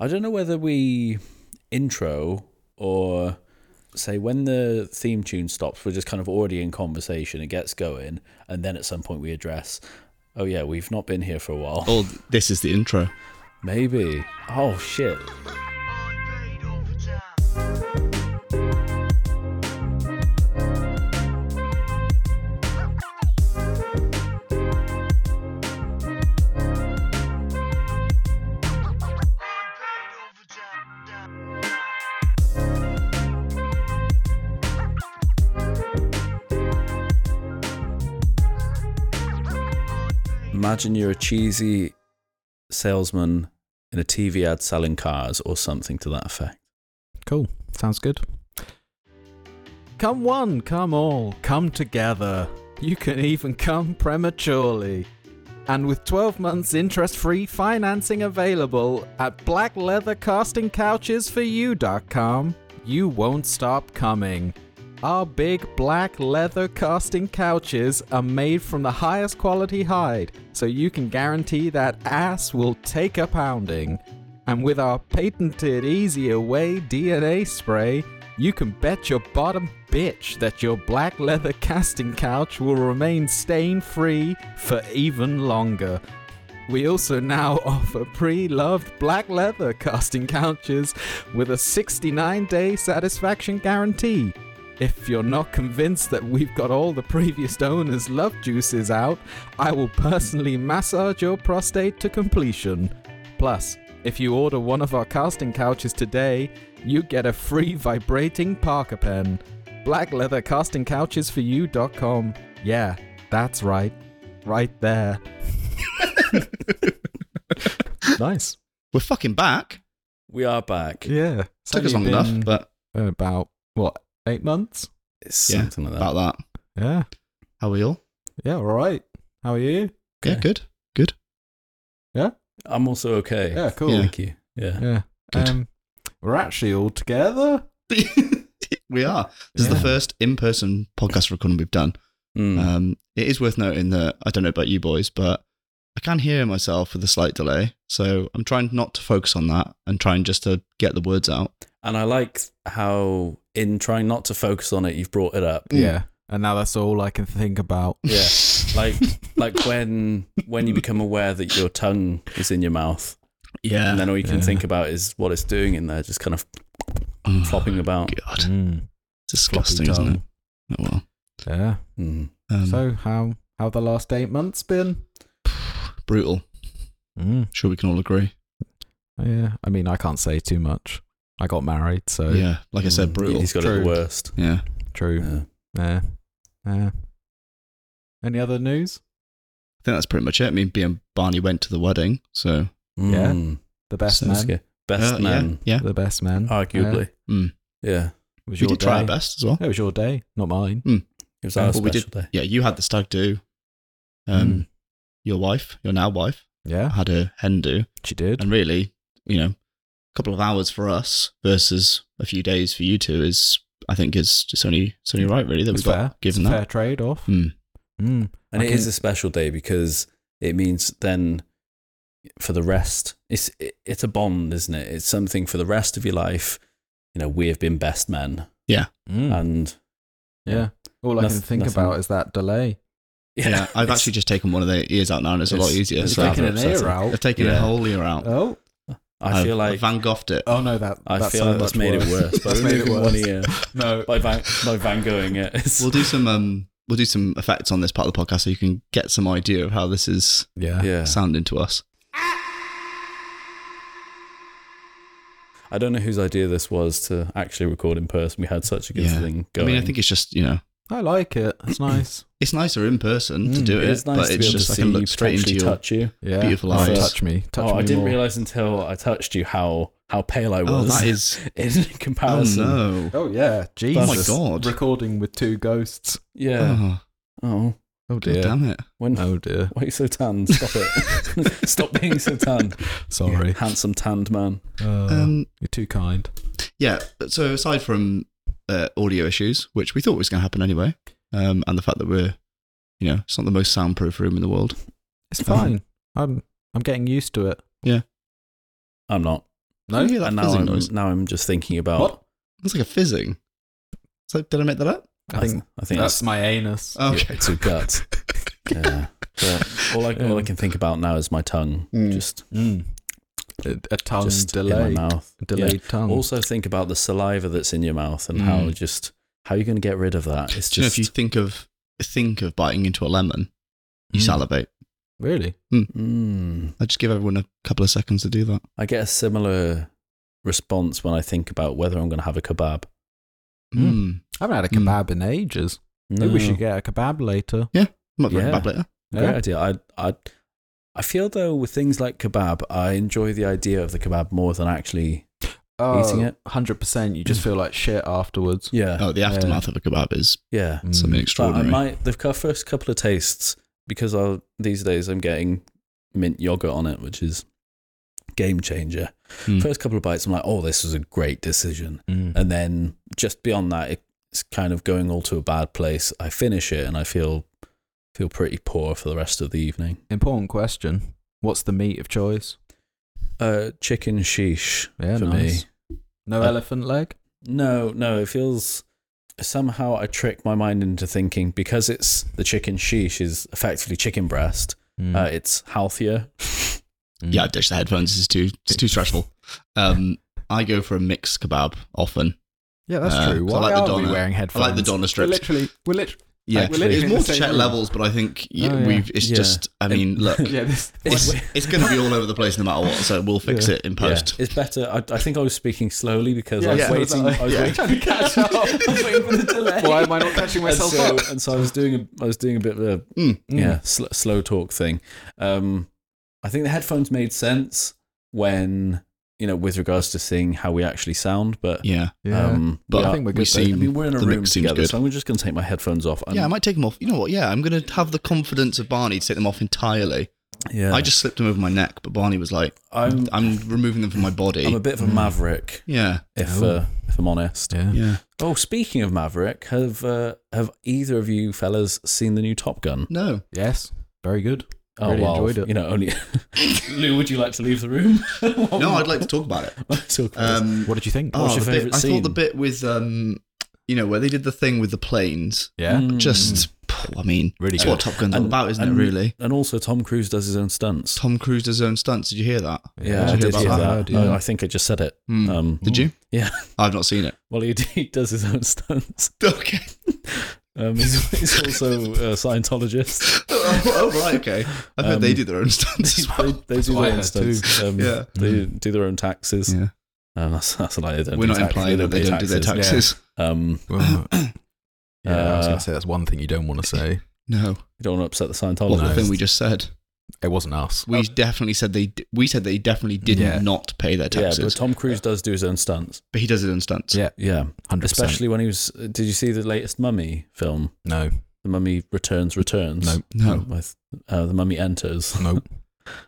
I don't know whether we intro or say when the theme tune stops, we're just kind of already in conversation. It gets going, and then at some point we address, oh yeah, we've not been here for a while. Oh, this is the intro. Maybe. Oh shit. Imagine you're a cheesy salesman in a TV ad selling cars or something to that effect. Cool. Sounds good. Come one, come all, come together. You can even come prematurely. And with 12 months interest free financing available at blackleathercastingcouchesforyou.com, you won't stop coming. Our big black leather casting couches are made from the highest quality hide, so you can guarantee that ass will take a pounding. And with our patented Easy Away DNA spray, you can bet your bottom bitch that your black leather casting couch will remain stain free for even longer. We also now offer pre loved black leather casting couches with a 69 day satisfaction guarantee. If you're not convinced that we've got all the previous owners' love juices out, I will personally massage your prostate to completion. Plus, if you order one of our casting couches today, you get a free vibrating Parker pen. Black leather casting couches for you.com. Yeah, that's right. Right there. nice. We're fucking back. We are back. Yeah. It's Took us long only enough, been but About, what, eight months? It's Yeah, something like that. about that. Yeah. How are we all? Yeah, all right. How are you? Yeah, Okay. good. Good. I'm also okay. Yeah, cool. Yeah. Thank you. Yeah. Yeah. Good. Um, we're actually all together. we are. This is the Yeah. first in person podcast recording we've done. Mm. Um, it is worth noting that I don't know about you boys, but I can hear myself with a slight delay. So I'm trying not to focus on that and trying just to get the words out. And I like how, in trying not to focus on it, you've brought it up. Mm. Yeah. And now that's all I can think about. Yeah. Like, like when when you become aware that your tongue is in your mouth, Yeah. and then all you can Yeah. think about is what it's doing in there, just kind of flopping about. Oh, God. Mm. It's disgusting, isn't it? Oh, well. Yeah. Mm. Um, so how how the last eight months been? brutal. Mm. Sure, we can all agree. Yeah. I mean, I can't say too much. I got married, so yeah. Like I said, Mm. brutal. He's got it True. the worst. Yeah. true. Yeah. Yeah. Yeah. Any other news? I think that's pretty much it. I mean, being Barney went to the wedding, so Yeah. Mm. The best So man. That's good. Best Uh, man, Yeah, yeah. The best man. Yeah. arguably. Mm. Yeah. It was We your did day. try our best as well. It was your day, not mine. Mm. It was Yeah. our Well, special we day. Hmm. Yeah, you had the stag do. Um, Your wife, your now wife, Yeah, had a hen do, she did. and really, you know, a couple of hours for us versus a few days for you two is, I think, is just only, it's only right really that It's we got fair. given it's a that. fair trade off. Mm. Mm. And I it is can- a special day because it means then for the rest, it's it, it's a bond, isn't it? It's something for the rest of your life. You know, we have been best men, Hmm. Mm. and yeah. All I Noth- can think Uh, nothing- about is that delay. Yeah, I've it's- actually just taken one of their ears out now, and it's, a lot It's- easier. it's so taken I've- an ear out? I've taken a Yeah. Uh, whole ear out. Oh, I feel I've- like I've Van Goughed it. oh no, that I that's feel so like that's much made it worse. that's made it One worse. ear No, by van by van going it. It's- We'll do some um we'll do some effects on this part of the podcast so you can get some idea of how this is yeah, yeah, sounding to us. I don't know whose idea this was to actually record in person. We had such a good Yeah. thing going. I mean, I think it's just you know I like it. It's nice. it's nicer in person to Mm, do it it, is nice but to it's be able just to I see can you look straight into potentially your touch you. Yeah, Beautiful Oh, eyes. Touch me, touch oh, me I didn't more. realize until I touched you how how pale I oh was that is in oh comparison. no Oh yeah, oh my Jesus! god Recording with two ghosts. Yeah. oh Oh, Oh god damn it when Oh dear. why are you so tanned? Stop it! Stop being so tanned. Sorry. Handsome tanned man. Uh, um you're too kind. yeah so aside from uh, audio issues which we thought was going to happen anyway um and the fact that we're you know it's not the most soundproof room in the world It's Um, fine. I'm I'm getting used to it. I'm not. No? You hear that and now fizzing I'm, noise? now I'm just thinking about. What? It's like a fizzing. So did I make that up? I think I think that's that's, my anus. your- Okay. it's your guts. yeah. But all I all I can think about now is my tongue. Mm. Just Mm. A, a tongue just in delay. my mouth. Delayed tongue. Also think about the saliva that's in your mouth and how Mm. just how you're going to get rid of that. It's Do you know just if you think of think of biting into a lemon, you Mm. salivate. Really? Mm. I just give everyone a couple of seconds to do that. I get a similar response when I think about whether I'm going to have a kebab. Hmm. Mm. Mm. I haven't had a Mm. kebab in ages. No, Maybe we should get a kebab later. Might be Yeah. back later. great idea. I I I feel though with things like kebab, I enjoy the idea of the kebab more than actually. Oh, Eating it? 100%. You just feel like shit afterwards. Uh, Yeah, Oh, the Yeah. aftermath of a kebab is yeah. Mm. something But I extraordinary. might the cu- first couple of tastes because I'll, these days I'm getting mint yogurt on it, which is game changer. Hmm. Mm. First couple of bites, I'm like, oh, this was a great decision. Mm. And then just beyond that, it's kind of going all to a bad place. I finish it and I feel feel pretty poor for the rest of the evening. Important question. What's the meat of choice? Uh, chicken sheesh Yeah, for nice. me. No Uh, elephant leg? No, no, it feels somehow I trick my mind into thinking because it's the chicken sheesh is effectively chicken breast. Mm. Uh, it's healthier. Mm. yeah, I ditch the headphones. It's too it's too stressful. Um, I go for a mixed kebab often. Yeah, that's Uh, true. 'cause Why I like the are we Donna- wearing I headphones? like the Donna We're strips. literally, we're literally, Yeah, Like, we're literally it's in more the to same check room. levels, but I think y Oh, yeah. we've. It's Yeah. just. I mean, look, yeah, this, it's It's- it's going to be all over the place no matter what. So we'll fix it in post. Yeah, it's better. I, I think I was speaking slowly because I was Yeah, so waiting. I was yeah. waiting trying to catch up. Why am I not catching and myself so, up? and so I was doing a, I was doing a bit of a Mm. yeah sl- slow talk thing. Um, I think the headphones made sense when you know with regards to seeing how we actually sound, but Yeah, um, But yeah, I think we're good, we though. I seem. mean we're in a the room mix seems together, good. so I'm just going to take my headphones off. I'm, yeah, I might take them off. You know what? Yeah, I'm going to have the confidence of Barney to take them off entirely. yeah, I just slipped them over my neck, but Barney was like, I'm, "I'm removing them from my body." I'm a bit of a maverick, yeah, if Oh. uh, if I'm honest. yeah. yeah. Oh, speaking of Maverick, have uh, have either of you fellas seen the new Top Gun? No, Yes. Very good. Oh, Really well, enjoyed it. You know, only Lou. Would you like to leave the room? Oh, no, I'd like to talk about it. talk about this. Um, What did you think? oh, what's your the bit- favourite I scene? thought the bit with, um, you know, where they did the thing with the planes. yeah. Mm. Just, phew, I mean, Really that's good. what Top Gun's all And- about, isn't it? and- Really. And also, Tom Cruise does his own stunts. Tom Cruise does his own stunts. Did you hear that? yeah, Did I you hear did about hear that? that. I heard, yeah. I, I think I just said it. Hmm. Um, Did you? Yeah. I've not seen it. well, he, he does his own stunts. Okay. Um, he's, he's also a Scientologist. oh, oh, right. Okay. I bet Um, they do their own stunts as they, well. they do what I their own heard stunts. Um, Yeah. Mm. They do their own taxes. Yeah. Um, that's, that's a lie. They don't We're do not tax- implying that they don't do their taxes. taxes. Um, Well, uh, yeah, I was Uh, going to say that's one thing you don't want to say. No. you don't want to upset the What Scientologists. the thing we just said? It wasn't us. We definitely said they. d- We said they definitely did Yeah. not pay their taxes, Yeah, but but, Tom Cruise does do his own stunts. he does his own stunts. Yeah. Yeah, 100%. especially when he was. Did you see the latest Mummy film? No. The Mummy Returns Returns. No. No. With, uh, the Mummy Enters. Nope.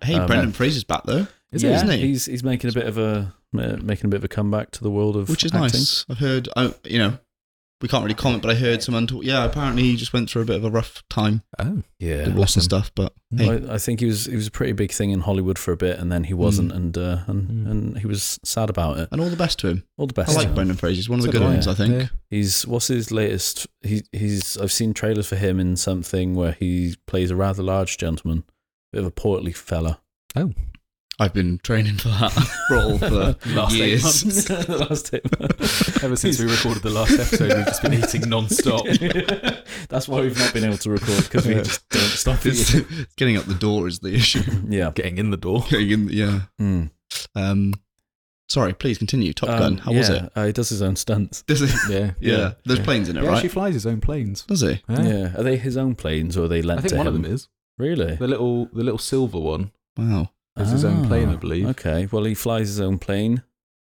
Hey, Um, Brendan Fraser's back though, Is yeah, it? isn't he? he's he's making a bit of a uh, making a bit of a comeback to the world of which is acting. nice. I've heard. I, you know, we can't really comment, but I heard someone talk. Yeah, apparently he just went through a bit of a rough time, Oh. Yeah. did lots bless of him. stuff. But Mm. hey, I, I think he was he was a pretty big thing in Hollywood for a bit, and then he wasn't, and uh, and Mm. and he was sad about it. and all the best to him. All the I best. like to him. Brendan Fraser. He's one of the So good do I. ones, I think. Yeah. He's what's his latest? He he's I've seen trailers for him in something where he plays a rather large gentleman, bit of a portly fella. I've been training for that role for years. the last eight months. Ever since we recorded the last episode, we've just been eating non-stop. That's why we've not been able to record because we Yeah. just don't stop It's, eating. getting out the door is the issue. Yeah. Getting in the door. Getting in, yeah. Mm. Um, sorry, please continue. Top Um, Gun. How was yeah, it? Uh, he does his own stunts. Does it? Yeah. Yeah, Yeah. there's Yeah. planes in it, He right? actually flies his own planes. Does he? Yeah. Are they his own planes or are they lent I think to one him? of them is Really? the little, the little silver one. Wow. Is his own plane, I Ah, believe, Okay. Well, he flies his own plane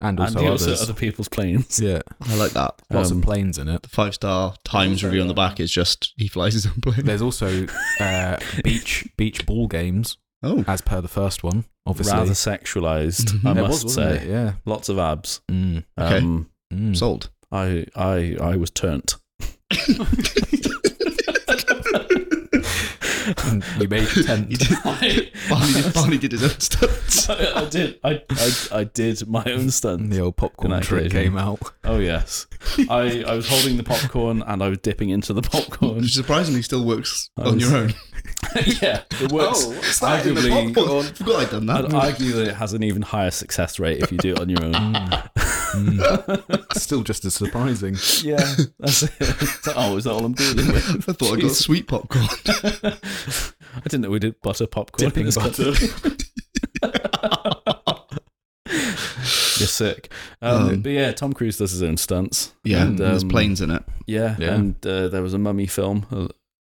and also and he others. also other people's planes. Yeah, I like that. lots Um, of planes in it. The five star Times Also, review on the um, back is just he flies his own plane. There's also uh, beach beach ball games, Oh, as per the first one. Obviously, Rather sexualized, I It There must was, wasn't say. it? Yeah. Lots of abs. Mm. Okay. Um, Mm. sold. I I I was turned. And you made your tent. You did- Barney, did, Barney did his own stunts. I, I did. I, I I did my own And stunt. the old popcorn Good trick occasion. came out. Oh yes. I I was holding the popcorn and I was dipping into the popcorn. Which surprisingly still works Oh. I on was- your own. yeah, it works. what's that in the Arguably- popcorn? Forgot I'd done I'd that. argue that it has an even higher success rate if you do it on your own. Still just as surprising. yeah, that's it. It's like, oh, is that all I'm dealing with? I thought I got Jesus. sweet popcorn. I didn't know we did butter popcorn. in Dipping this butter. country. You're sick. Um, Um, but yeah, Tom Cruise does his own stunts. Yeah, And, there's um, planes in it. Yeah, Yeah. and uh, there was a mummy film. uh,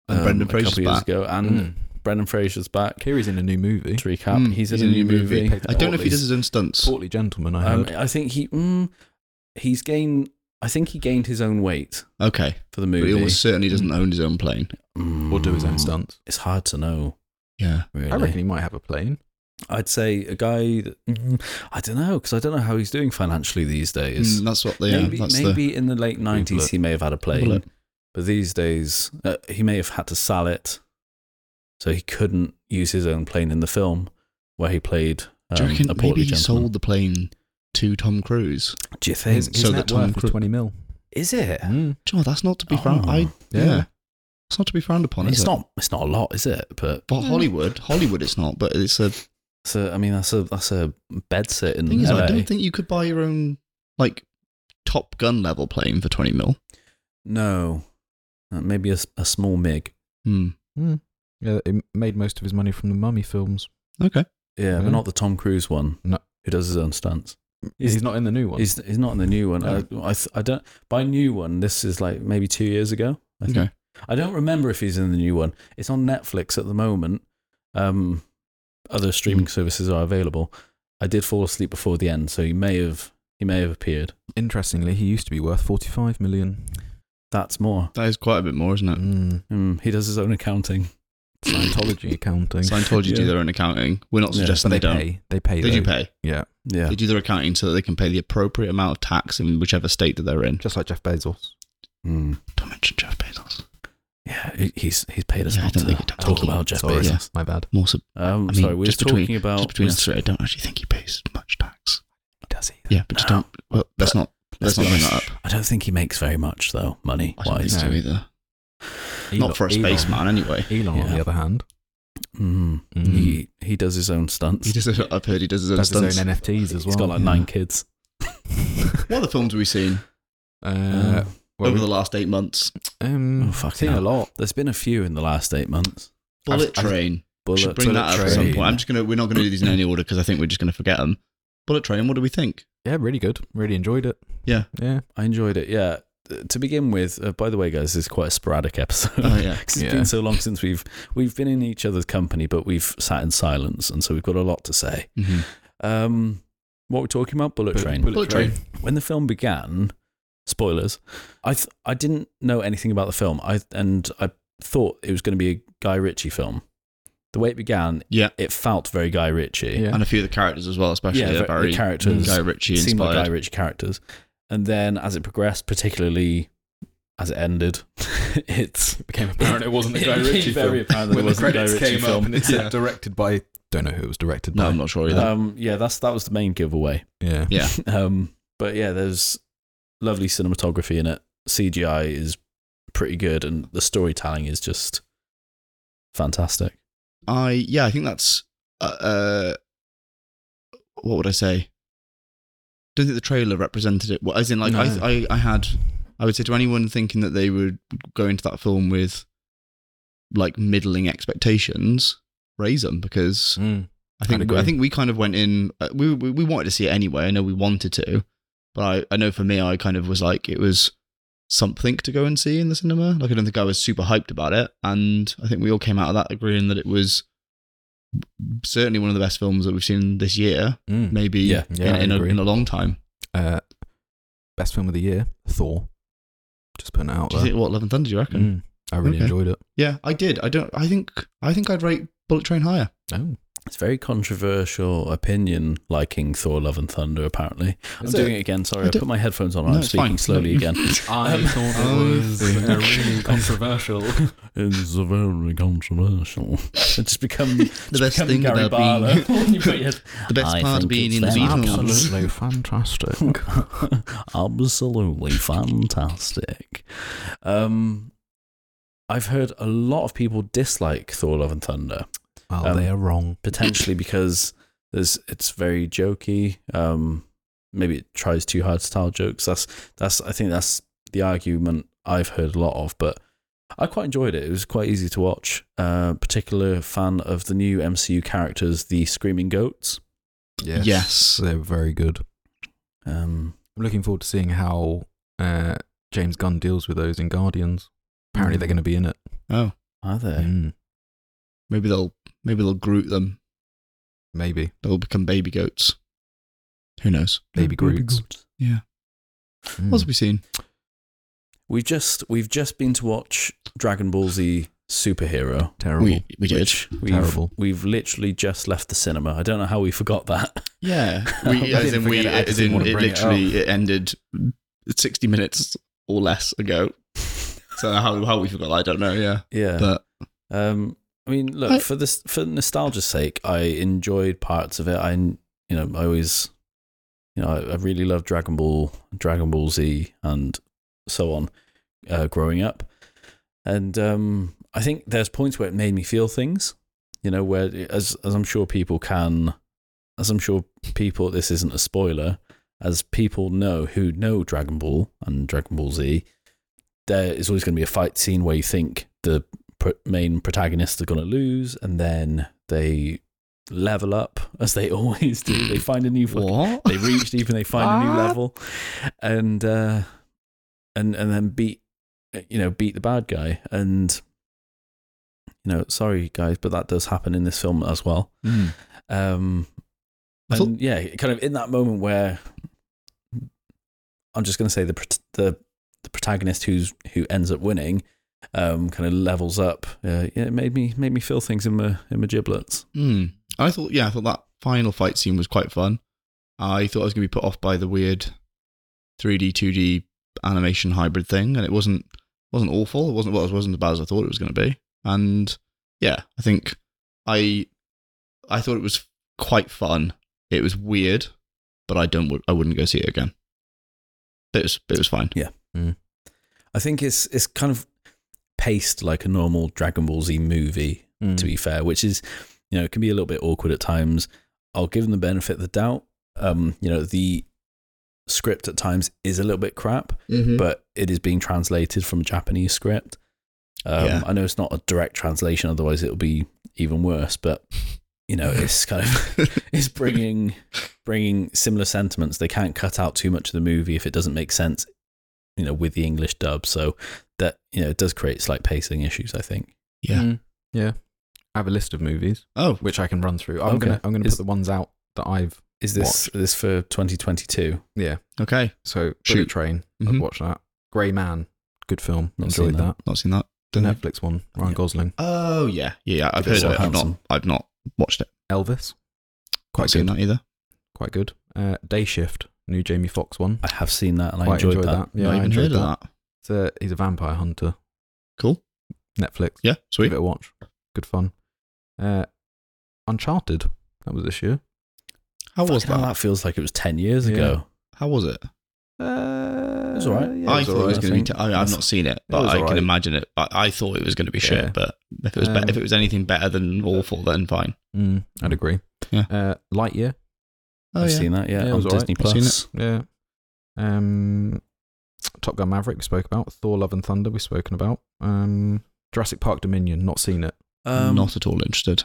And um, Brendan a couple Fraser's years back. ago, and Mm. Brendan Fraser's back. Kiri's in a new movie. To recap, Mm, Hmm. he's, in, a new movie. movie. I don't know if he Portly. does his own stunts. Portly gentleman, I Um, heard. I think he mm, he's gained. I think he gained his own weight Okay, for the Mm. but movie. Hmm. he almost certainly doesn't own his own plane. or do his own stunts. It's hard to know. Yeah, Really. I reckon he might have a plane. I'd say a guy. That, mm, I don't know because I don't know how he's doing financially these days. Mm, that's what they. maybe yeah, that's maybe in the late nineties look. he may have had a the. plane, but these days uh, he may have had to sell it, so he couldn't use his own plane in the film where he played um, Do you reckon a maybe portly he gentleman. sold the plane to Tom Cruise? Do you think His, is, his so net that Tom worth is Cru- 20 mil. it? Mm. Do you know what, that's not to be frowned. Oh, I yeah. yeah. it's not to be frowned upon. It's is It? not. It's not a lot, is it? But But Hollywood, Hollywood, it's not. But it's a so I mean, that's a that's a bed sit in thing. Is, LA. I don't think you could buy your own like Top Gun level plane for twenty mil. No, Uh, maybe a, s- a small mig. Hmm. Yeah, he made most of his money from the Mummy films. Okay. Yeah, Hmm? Yeah. but not the Tom Cruise one. No. who does his own stunts. He's, not in the new one. He's he's not in the new one. Oh. I I, th- I don't by new one. This is like maybe two years ago. I think. Okay. I don't remember if he's in the new one. It's on Netflix at the moment. Um, other Hmm. streaming services are available. I did fall asleep before the end, so he may have he may have appeared. Interestingly, he used to be worth 45 million. That's more. That is quite a bit more, isn't it? Mm. Mm, he does his own accounting. Scientology accounting. Scientology do Yeah. their own accounting. We're not Yeah, suggesting they, they, don't. pay. They pay. They do though. pay. Yeah, Yeah. They do their accounting so that they can pay the appropriate amount of tax in whichever state that they're in. just like Jeff Bezos. Mm. Don't mention Jeff Bezos. Yeah, he- he's he's paid us Yeah, I not don't to think- I don't talk think he- about Jeff Sorry, Bezos. yeah. my bad. More so, Um, I mean, sorry, we were just talking between- about just between we- us three, I don't actually think he pays much tax. Does he? Yeah, but just No. don't. Well, let's not. Let's not be bring honest, that up. I don't think he makes very much though, money I don't think wise. so No. either. Elon- Not for a Elon- spaceman, anyway. Elon, on Yeah. the other hand, Mm. Mm. He he does his own stunts. He does. I've heard he does his own does stunts. his own NFTs as well. He's got like Yeah. nine kids. what other films have we seen Um, Uh, well, over we- the last eight months? um, Oh, fucking seen a hell. lot. There's been a few in the last eight months. Bullet I've- Train. Bullet Should bring that up at some Train. point. I'm just gonna. We're not gonna do these in any order because I think we're just gonna forget them. Bullet Train. What do we think? Yeah, really good. Really enjoyed it. Yeah. Yeah. I enjoyed it. Yeah. Uh, To begin with, uh, by the way, guys, this is quite a sporadic episode. Oh yeah. 'Cause it's Yeah. been so long since we've we've been in each other's company, but we've sat in silence, and so we've got a lot to say. Mhm. Um, what we're talking about, Bullet Train. Bullet Train. when the film began, spoilers, I th- I didn't know anything about the film. I and I thought it was going to be a Guy Ritchie film. The way it began, Yeah. it felt very Guy Ritchie. Yeah. and a few of the characters as well, especially Yeah, yeah, the- Barry, the characters Guy Ritchie seemed like Guy inspired. Ritchie characters. And then as it progressed, particularly as it ended, it's Became apparent it wasn't it became very apparent that it wasn't a Guy Ritchie film. it Yeah. directed by. Don't know who it was directed no, by. I'm not sure either. Um, yeah, that's that was the main giveaway. yeah. Yeah. Um, but yeah, there's lovely cinematography in it. CGI is pretty good, and the storytelling is just fantastic. I yeah, I think that's uh, uh what would I say? Don't think the trailer represented it. Well, as in, like No. I, I, I had, I would say to anyone thinking that they would go into that film with like middling expectations, raise them because Mm. I I'd think agree. I think we kind of went in. uh, We, we we wanted to see it anyway. I know we wanted to, but I, I know for me, I kind of was like it was something to go and see in the cinema. Like I don't think I was super hyped about it, and I think we all came out of that agreeing that it was certainly one of the best films that we've seen this year, Mm. maybe Yeah, in- yeah, I in, a, agree. in a long time. Uh, best film of the year, Thor. Just putting it out Do you there. think what Love and Thunder? Do you reckon? Mm. I really Okay. enjoyed it. Yeah, I did. I don't. I think I think I'd rate Bullet Train higher. Oh, It's very controversial opinion liking Thor Love and Thunder, apparently. Is I'm doing it? it again. Sorry, I I, don't- put my headphones on. No, I'm it's speaking fine. Oh, slowly again. Um, I thought it I was see. uh, really controversial. It's very controversial. It's just become, The best become thing Gary about being Barlow. When you put your head- the best I part think of being it's in the them Beatles. absolutely fantastic. Absolutely fantastic. Um, I've heard a lot of people dislike Thor Love and Thunder, Well, Um, they are wrong. potentially because there's it's very jokey. Um, maybe it tries too hard to tell jokes. That's that's I think that's the argument I've heard a lot of, but I quite enjoyed it. It was quite easy to watch. Uh, particular fan of the new MCU characters, the Screaming Goats. Yes. Yes. They're very good. Um, I'm looking forward to seeing how uh, James Gunn deals with those in Guardians. Mm. Apparently, they're going to be in it. Oh, are they? Mm, maybe they'll maybe they'll group them. maybe. They'll become baby goats. Who knows? Baby Groots. Yeah. Mm. What have we seen? We've just we've just been to watch Dragon Ball Z Superhero. Terrible. We we did. which we've, Terrible. We've literally just left the cinema. I don't know how we forgot that. Yeah. I We as didn't in we forget it, I as just didn't in wanna it bring it literally it, ended sixty minutes or less ago. So how how we forgot I don't know, yeah. Yeah. But Um, I mean, look I- for this for nostalgia's sake, I enjoyed parts of it. I, you know, I always, you know, I, I really loved Dragon Ball, Dragon Ball Z, and so on, uh, growing up, and um, I think there's points where it made me feel things, you know, where as as I'm sure people can, as I'm sure people, this isn't a spoiler, as people know who know Dragon Ball and Dragon Ball Z. There is always going to be a fight scene where you think the pr- main protagonists are going to lose, and then they level up as they always do. They find a new fucking- what? they reach deep and they find a new What? level, and uh, and and then beat you know beat the bad guy. And you know, sorry guys, but that does happen in this film as well. Mm. Um, I thought- and yeah, kind of in that moment where I'm just going to say the prot- the the protagonist who's who ends up winning, um, kind of levels up. Uh, yeah, it made me made me feel things in my in my giblets. Mm. I thought, yeah, I thought that final fight scene was quite fun. I thought I was going to be put off by the weird 3D, 2D animation hybrid thing, and it wasn't wasn't awful. It wasn't well, it wasn't as bad as I thought it was going to be. And yeah, I think I I thought it was quite fun. It was weird, but I don't. I wouldn't go see it again. But it was it was fine. I think it's it's kind of paced like a normal Dragon Ball Z movie. Mm. to be fair, which is, you know, it can be a little bit awkward at times. I'll give them the benefit of the doubt. Um, you know, the script at times is a little bit crap, Mm. but it is being translated from a Japanese script. Um, Yeah. I know it's not a direct translation, otherwise it'll be even worse. But you know, it's kind of it's bringing bringing similar sentiments. They can't cut out too much of the movie if it doesn't make sense, you know, with the English dub. So that you know, it does create slight pacing issues. I think. Yeah. Mm, yeah. I have a list of movies oh, which I can run through. I'm Okay. gonna I'm gonna Is- put the ones out that I've Is this this for 2022? yeah. okay. So Bullet Shoot. Train. I've Mhm. watched that. Grey Man. Good film. Not Enjoyed seen that. that. Not seen that. The Don't know. Netflix one. Ryan Yeah. Gosling. Oh yeah, yeah. yeah, I've If it's heard of it. I've not. Southampton. I've not watched it. Elvis. Quite Quite seen good. that either. Quite good. Uh, Day Shift. New Jamie Foxx one. I have seen that and I Quite enjoyed, that. Yeah, not I even enjoyed heard that. of that. It's a, he's a vampire hunter. Cool. Netflix. Yeah, Give sweet. it a watch. Good fun. Uh, Uncharted. That was this year. How was Fucking hell, that? feels like it was 10 years Yeah. ago. How was it? Uh, was alright. yeah, it I was thought it alright. was I going to be. think. T- I, I've not seen it, but was I alright. can imagine it. I, I thought it was going to be shit, Yeah. but if it was, be- Um, if it was anything better than awful, then fine. Mm, I'd agree. Yeah. Uh, Lightyear. Oh I've yeah. seen that, yeah, Yeah, it on was alright. Disney I've seen Plus. Yeah. Um, Top Gun Maverick. We spoke about Thor: Love and Thunder. We've spoken about um, Jurassic Park Dominion. Not seen it. Um, not at all interested.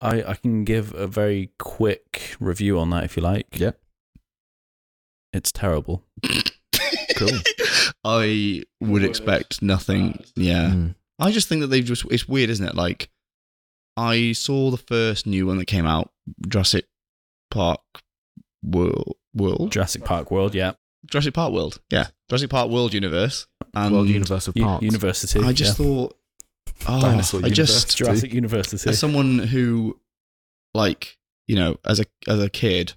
I, I can give a very quick review on that if you like. Yeah. It's terrible. cool. I would expect nothing. Yeah. Mm. I just think that they've just. It's weird, isn't it? Like, I saw the first new one that came out, Jurassic Park World. World. Jurassic Park World, yeah. Jurassic Park World. Yeah. Jurassic Park World Universe. And World Universe of U- Parks. University. I just yeah. thought. Oh, Dinosaur I Universe. just Jurassic University. as someone who like you know as a as a kid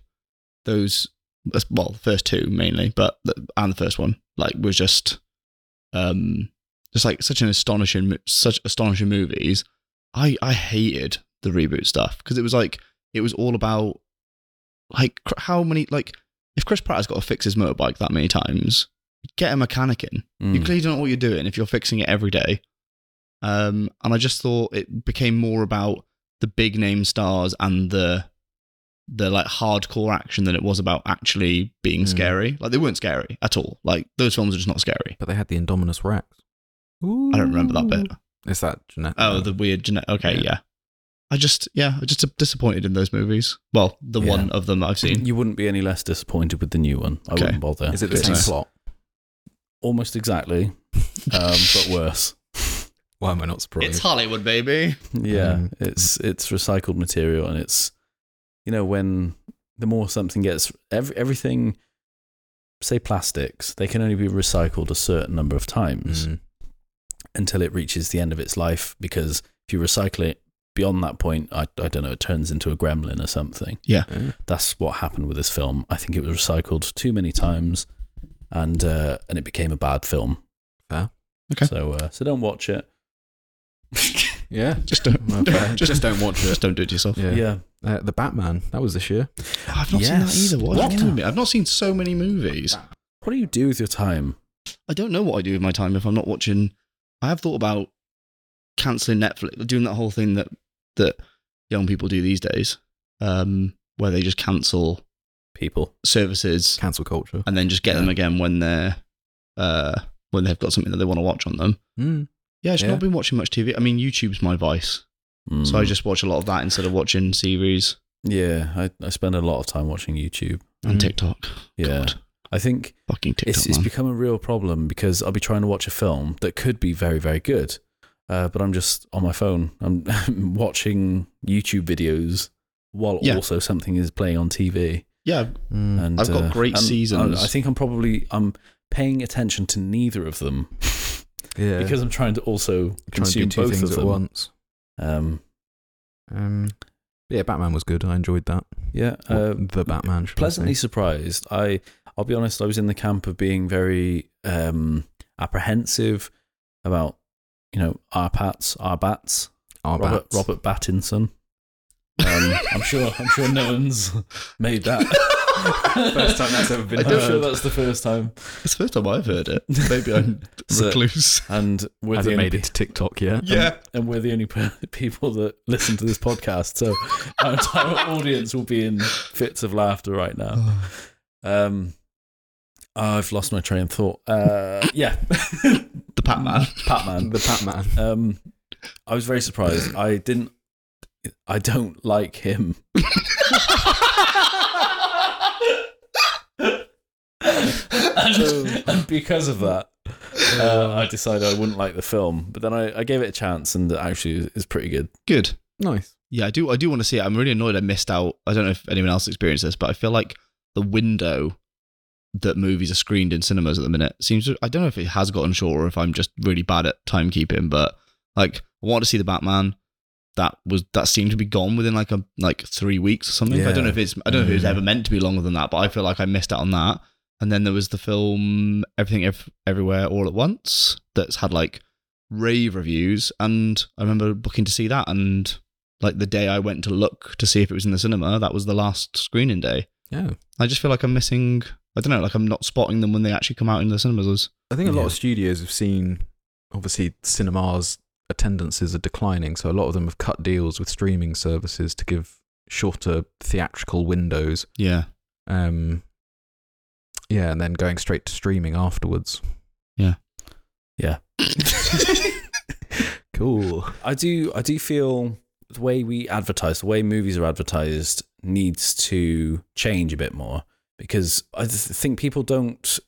those as- well the first two mainly but the, and the first one like was just um just like such an astonishing mo- such astonishing movies i i hated the reboot stuff because it was like it was all about like cr- how many like if chris pratt has got to fix his motorbike that many times get a mechanic in you Mm. clearly don't know what you're doing if you're fixing it every day. Um, and I just thought it became more about the big name stars and the the like hardcore action than it was about actually being Mm. scary. Like they weren't scary at all. Like those films are just not scary. But they had the Indominus Rex. I don't remember that bit. Is that Jeanette? Oh, the weird genetic. Okay, Yeah. yeah. I just yeah, I just disappointed in those movies. Well, the Yeah. one of them that I've seen. You wouldn't be any less disappointed with the new one. I Okay. wouldn't bother. Is it the Good same to know. plot? Almost exactly, um, but worse. Why am I not surprised? It's Hollywood, baby. Yeah, Um, it's it's recycled material, and it's you know when the more something gets every, everything, say plastics, they can only be recycled a certain number of times Mm. until it reaches the end of its life. Because if you recycle it beyond that point, I I don't know, it turns into a gremlin or something. Yeah. That's what happened with this film. I think it was recycled too many times, and uh, and it became a bad film. Fair. Okay. So uh, so don't watch it. Yeah. Just don't, Well, fair. just, Just don't watch it. just don't do it yourself. Yeah. yeah. Uh, the Batman. That was this year. I've not Yes. seen that either. What? are you What? telling me? I've not seen so many movies. What do you do with your time? I don't know what I do with my time if I'm not watching. I have thought about cancelling Netflix, doing that whole thing that that young people do these days, um, where they just cancel People. services Cancel culture. and then just get them again when they're uh, when they've got something that they want to watch on them. Mm. Yeah, I've just Yeah. not been watching much TV. I mean, YouTube's my vice, so I Mm. just watch a lot of that instead of watching series Yeah, I, I spend a lot of time watching YouTube. and Mm. TikTok. Yeah. God, I think fucking TikTok. it's, it's man. become a real problem because I'll be trying to watch a film that could be very, very good, uh, but I'm just on my phone. I'm, watching YouTube videos while Yeah. also something is playing on TV. yeah, Mm. And I've got uh, great I'm- seasons. I, I think I'm probably I'm paying attention to neither of them yeah. because I'm trying to also trying to do consume two both things of at them. once. Um, Um, but yeah, Batman was good. I enjoyed that. yeah, Or uh, the Batman. should I pleasantly say. surprised. I I'll be honest, I was in the camp of being very um apprehensive about you know our pats, our bats, Our Robert bats. Robert Battinson. Um, I'm sure I'm sure no one's made that. First time that's ever been I'm sure heard. that's the first time. it's the first time I've heard it. Maybe I'm So- recluse. And we're the Hasn't only made it to TikTok yet. Yeah. pe- and we're the only pe- people that listen to this podcast, so our entire audience will be in fits of laughter right now. Um, I've lost my train of thought. Uh, yeah, the Pat Man. Batman. The Batman. Um, I was very surprised. I didn't. I don't like him. and, and because of that, uh, I decided I wouldn't like the film. But then I, I gave it a chance, and it actually is pretty good. Good. Nice. Yeah, I do. I do want to see it. I'm really annoyed. I missed out. I don't know if anyone else experienced this, but I feel like the window that movies are screened in cinemas at the minute seems. To, I don't know if it has gotten shorter, or if I'm just really bad at timekeeping. But like, I wanted to see the Batman. That was that seemed to be gone within like a like three weeks or something. I don't know if it's. I don't know if it was Yeah. ever meant to be longer than that, but I feel like I missed out on that. And then there was the film Everything Ev- Everywhere All at Once that's had like rave reviews. And I remember booking to see that. And like the day I went to look to see if it was in the cinema, that was the last screening day. Yeah. I just feel like I'm missing, I don't know, like I'm not spotting them when they actually come out in the cinemas. I think a lot Yeah. of studios have seen, obviously, cinemas attendances are declining, so a lot of them have cut deals with streaming services to give shorter theatrical windows. Yeah. Um, yeah, and then going straight to streaming afterwards. Yeah, Cool. I do. I do feel the way we advertise, the way movies are advertised, needs to change a bit more because I th- think people don't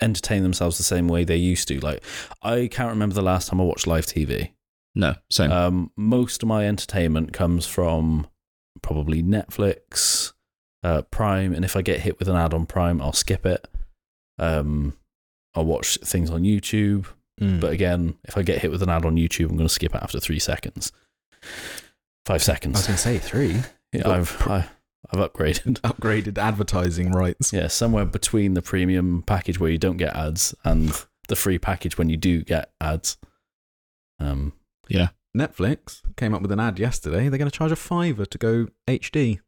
entertain themselves the same way they used to. Like, I can't remember the last time I watched live TV. No, same. Um, most of my entertainment comes from probably Netflix, uh, Prime, and if I get hit with an ad on Prime, I'll skip it. Um, I'll watch things on YouTube, Mm. but again, if I get hit with an ad on YouTube, I'm going to skip it after three seconds. Five I was seconds. going to say three. Yeah, I've I, I've upgraded. Upgraded advertising rights. Yeah, somewhere between the premium package where you don't get ads and the free package when you do get ads. Um, Netflix came up with an ad yesterday. They're going to charge a fiver to go HD.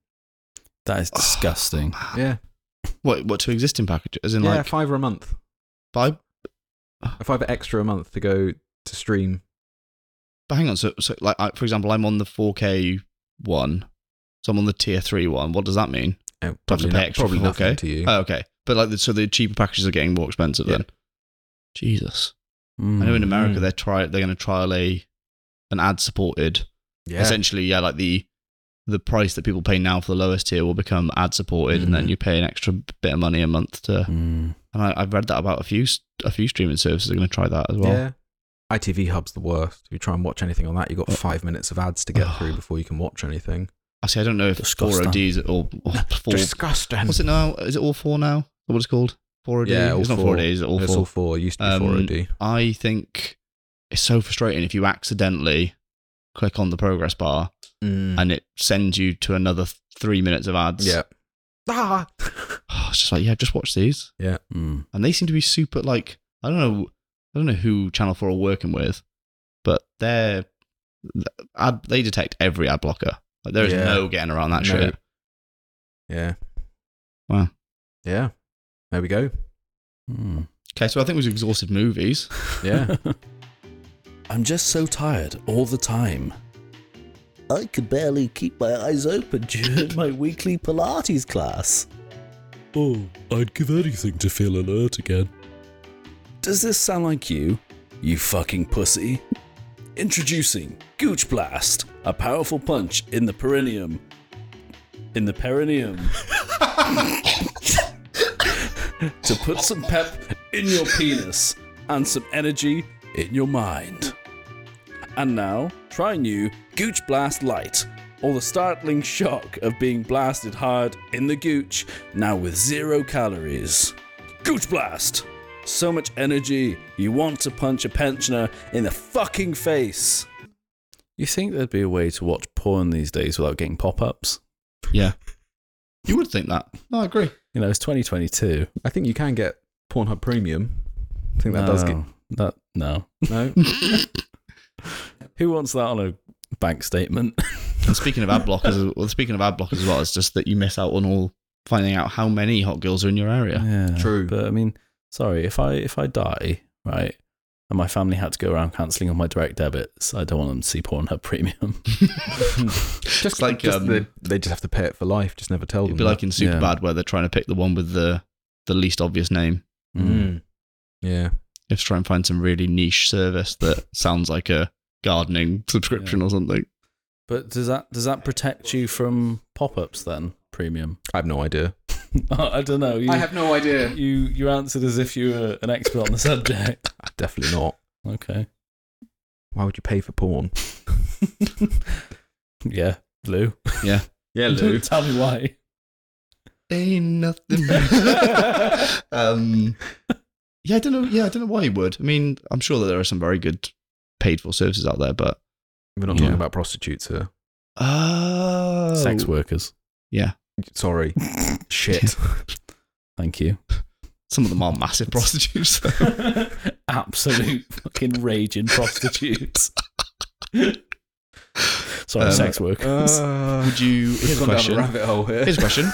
that is disgusting. Yeah. What what to existing packages? As in yeah, like fiver a month. five? A fiver extra a month to go to stream. But hang on, so so like I, for example, I'm on the 4K one, so I'm on the tier three one. What does that mean? Do I Uh, have to probably pay not- extra probably for 4K? nothing to you. Oh, okay. But like, the, so the cheaper packages are getting more expensive Yeah. then. Jesus, Mm. I know in America they're try they're going to trial a an ad supported. yeah. Essentially, yeah, like the the price that people pay now for the lowest tier will become ad supported, and then Mhm. you pay an extra bit of money a month to. Mm. And I, I've read that about a few s- a few streaming services are going to try that as well. Yeah. ITV Hub's the worst. If you try and watch anything on that, you've got Oh. five minutes of ads to get through before you can watch anything. I see. I don't know if Disgusting. four ODs or, or four. Disgusting. What's it now? Is it all four now? What it's called? Four OD? Yeah, all it's not four four. OD. Is it all It's four? all four. It used to be Um, four OD. I think it's so frustrating if you accidentally click on the progress bar and it sends you to another th- three minutes of Um, ads. Mm. Yeah. Ah! it's just like yeah, just watch these, Mm. and they seem to be super. Like I don't know, I don't know who Channel Four are working with, but they're th- ad, they detect every ad blocker. Like there is Yeah. no getting around that No. shit. Yeah. Wow. Yeah. There we go. Mm. Okay, so I think we've exhausted movies. Yeah. I'm just so tired all the time. I could barely keep my eyes open during my weekly Pilates class. Oh, I'd give anything to feel alert again. Does this sound like you? You fucking pussy. Introducing Gooch Blast, a powerful punch in the perineum. In the perineum. to put some pep in your penis and some energy in your mind. And now, try new Gooch Blast Light, or the startling shock of being blasted hard in the gooch, now with zero calories. Gooch Blast! So much energy, you want to punch a pensioner in the fucking face! You think there'd be a way to watch porn these days without getting pop ups? Yeah, you would think that. No, I agree. You know, it's 2022. I think you can get Pornhub Premium. I think that does get. That, no. No? Who wants that on a bank statement? And speaking of ad blockers, well, speaking of ad blockers as well, it's just that you miss out on all finding out how many hot girls are in your area. True. But I mean, sorry, if I if I die, right, and my family had to go around cancelling all my direct debits, I don't want them to see Pornhub Premium. just like Just um, the- they just have to pay it for life. Just never tell it'd them. be that. like in Superbad where they're trying to pick the one with the the least obvious name. Hmm. Mm. Yeah. You have to try and find some really niche service that sounds like a gardening subscription or something. But does that does that protect you from pop ups then? Premium? I have no idea. I don't know. You, I have no idea. you you answered as if you were an expert on the subject. Ah, Definitely not. Okay. Why would you pay for porn? Yeah, Lou. Yeah, Lou. Don't tell me why. Ain't nothing. um, yeah, I don't know. Yeah, I don't know why you would. I mean, I'm sure that there are some very good paid for services out there, but We're not Yeah. talking about prostitutes here. oh, Sex workers. Sorry. Shit. Thank you. Some of them are massive prostitutes. Absolute fucking raging prostitutes. Sorry, Um, sex workers. Uh, Would you? Here's He's a gone down a question. rabbit hole here. Here's a question.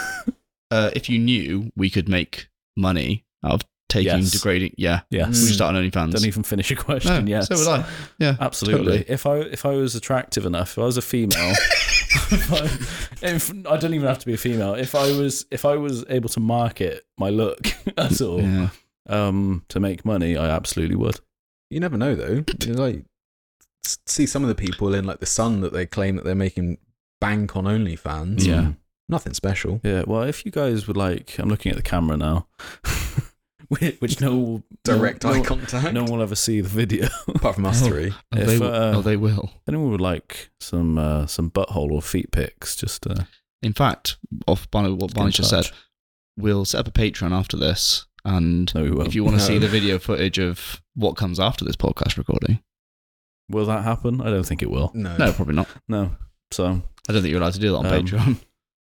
Uh, if you knew we could make money out of taking Yes. degrading, yeah, yes. we should start an OnlyFans. Don't even finish a question Mm. no, yet. So would I. Yeah, Absolutely. Totally. If I if I was attractive enough, if I was a female, if, I, if I don't even have to be a female, if I was if I was able to market my look at all Yeah. um, to make money, I absolutely would. you never know though. You like s- see some of the people in like the sun that they claim that they're making bank on OnlyFans. Yeah. Nothing special. yeah. Well, if you guys would like, I'm looking at the camera now, which which no Direct no, eye no- contact. No one will ever see the video. Apart from us Oh. three. Oh, If, they, will- uh, oh, they will. If anyone would like some uh, some butthole or feet pics, just uh, In fact, off Barney, what get Barney in just touch. said, we'll set up a Patreon after this, and No, we won't. if you want to No. see the video footage of what comes after this podcast recording, Will that happen? I don't think it will. No. no, probably not. No. So I don't think you're allowed to do that on Um, Patreon.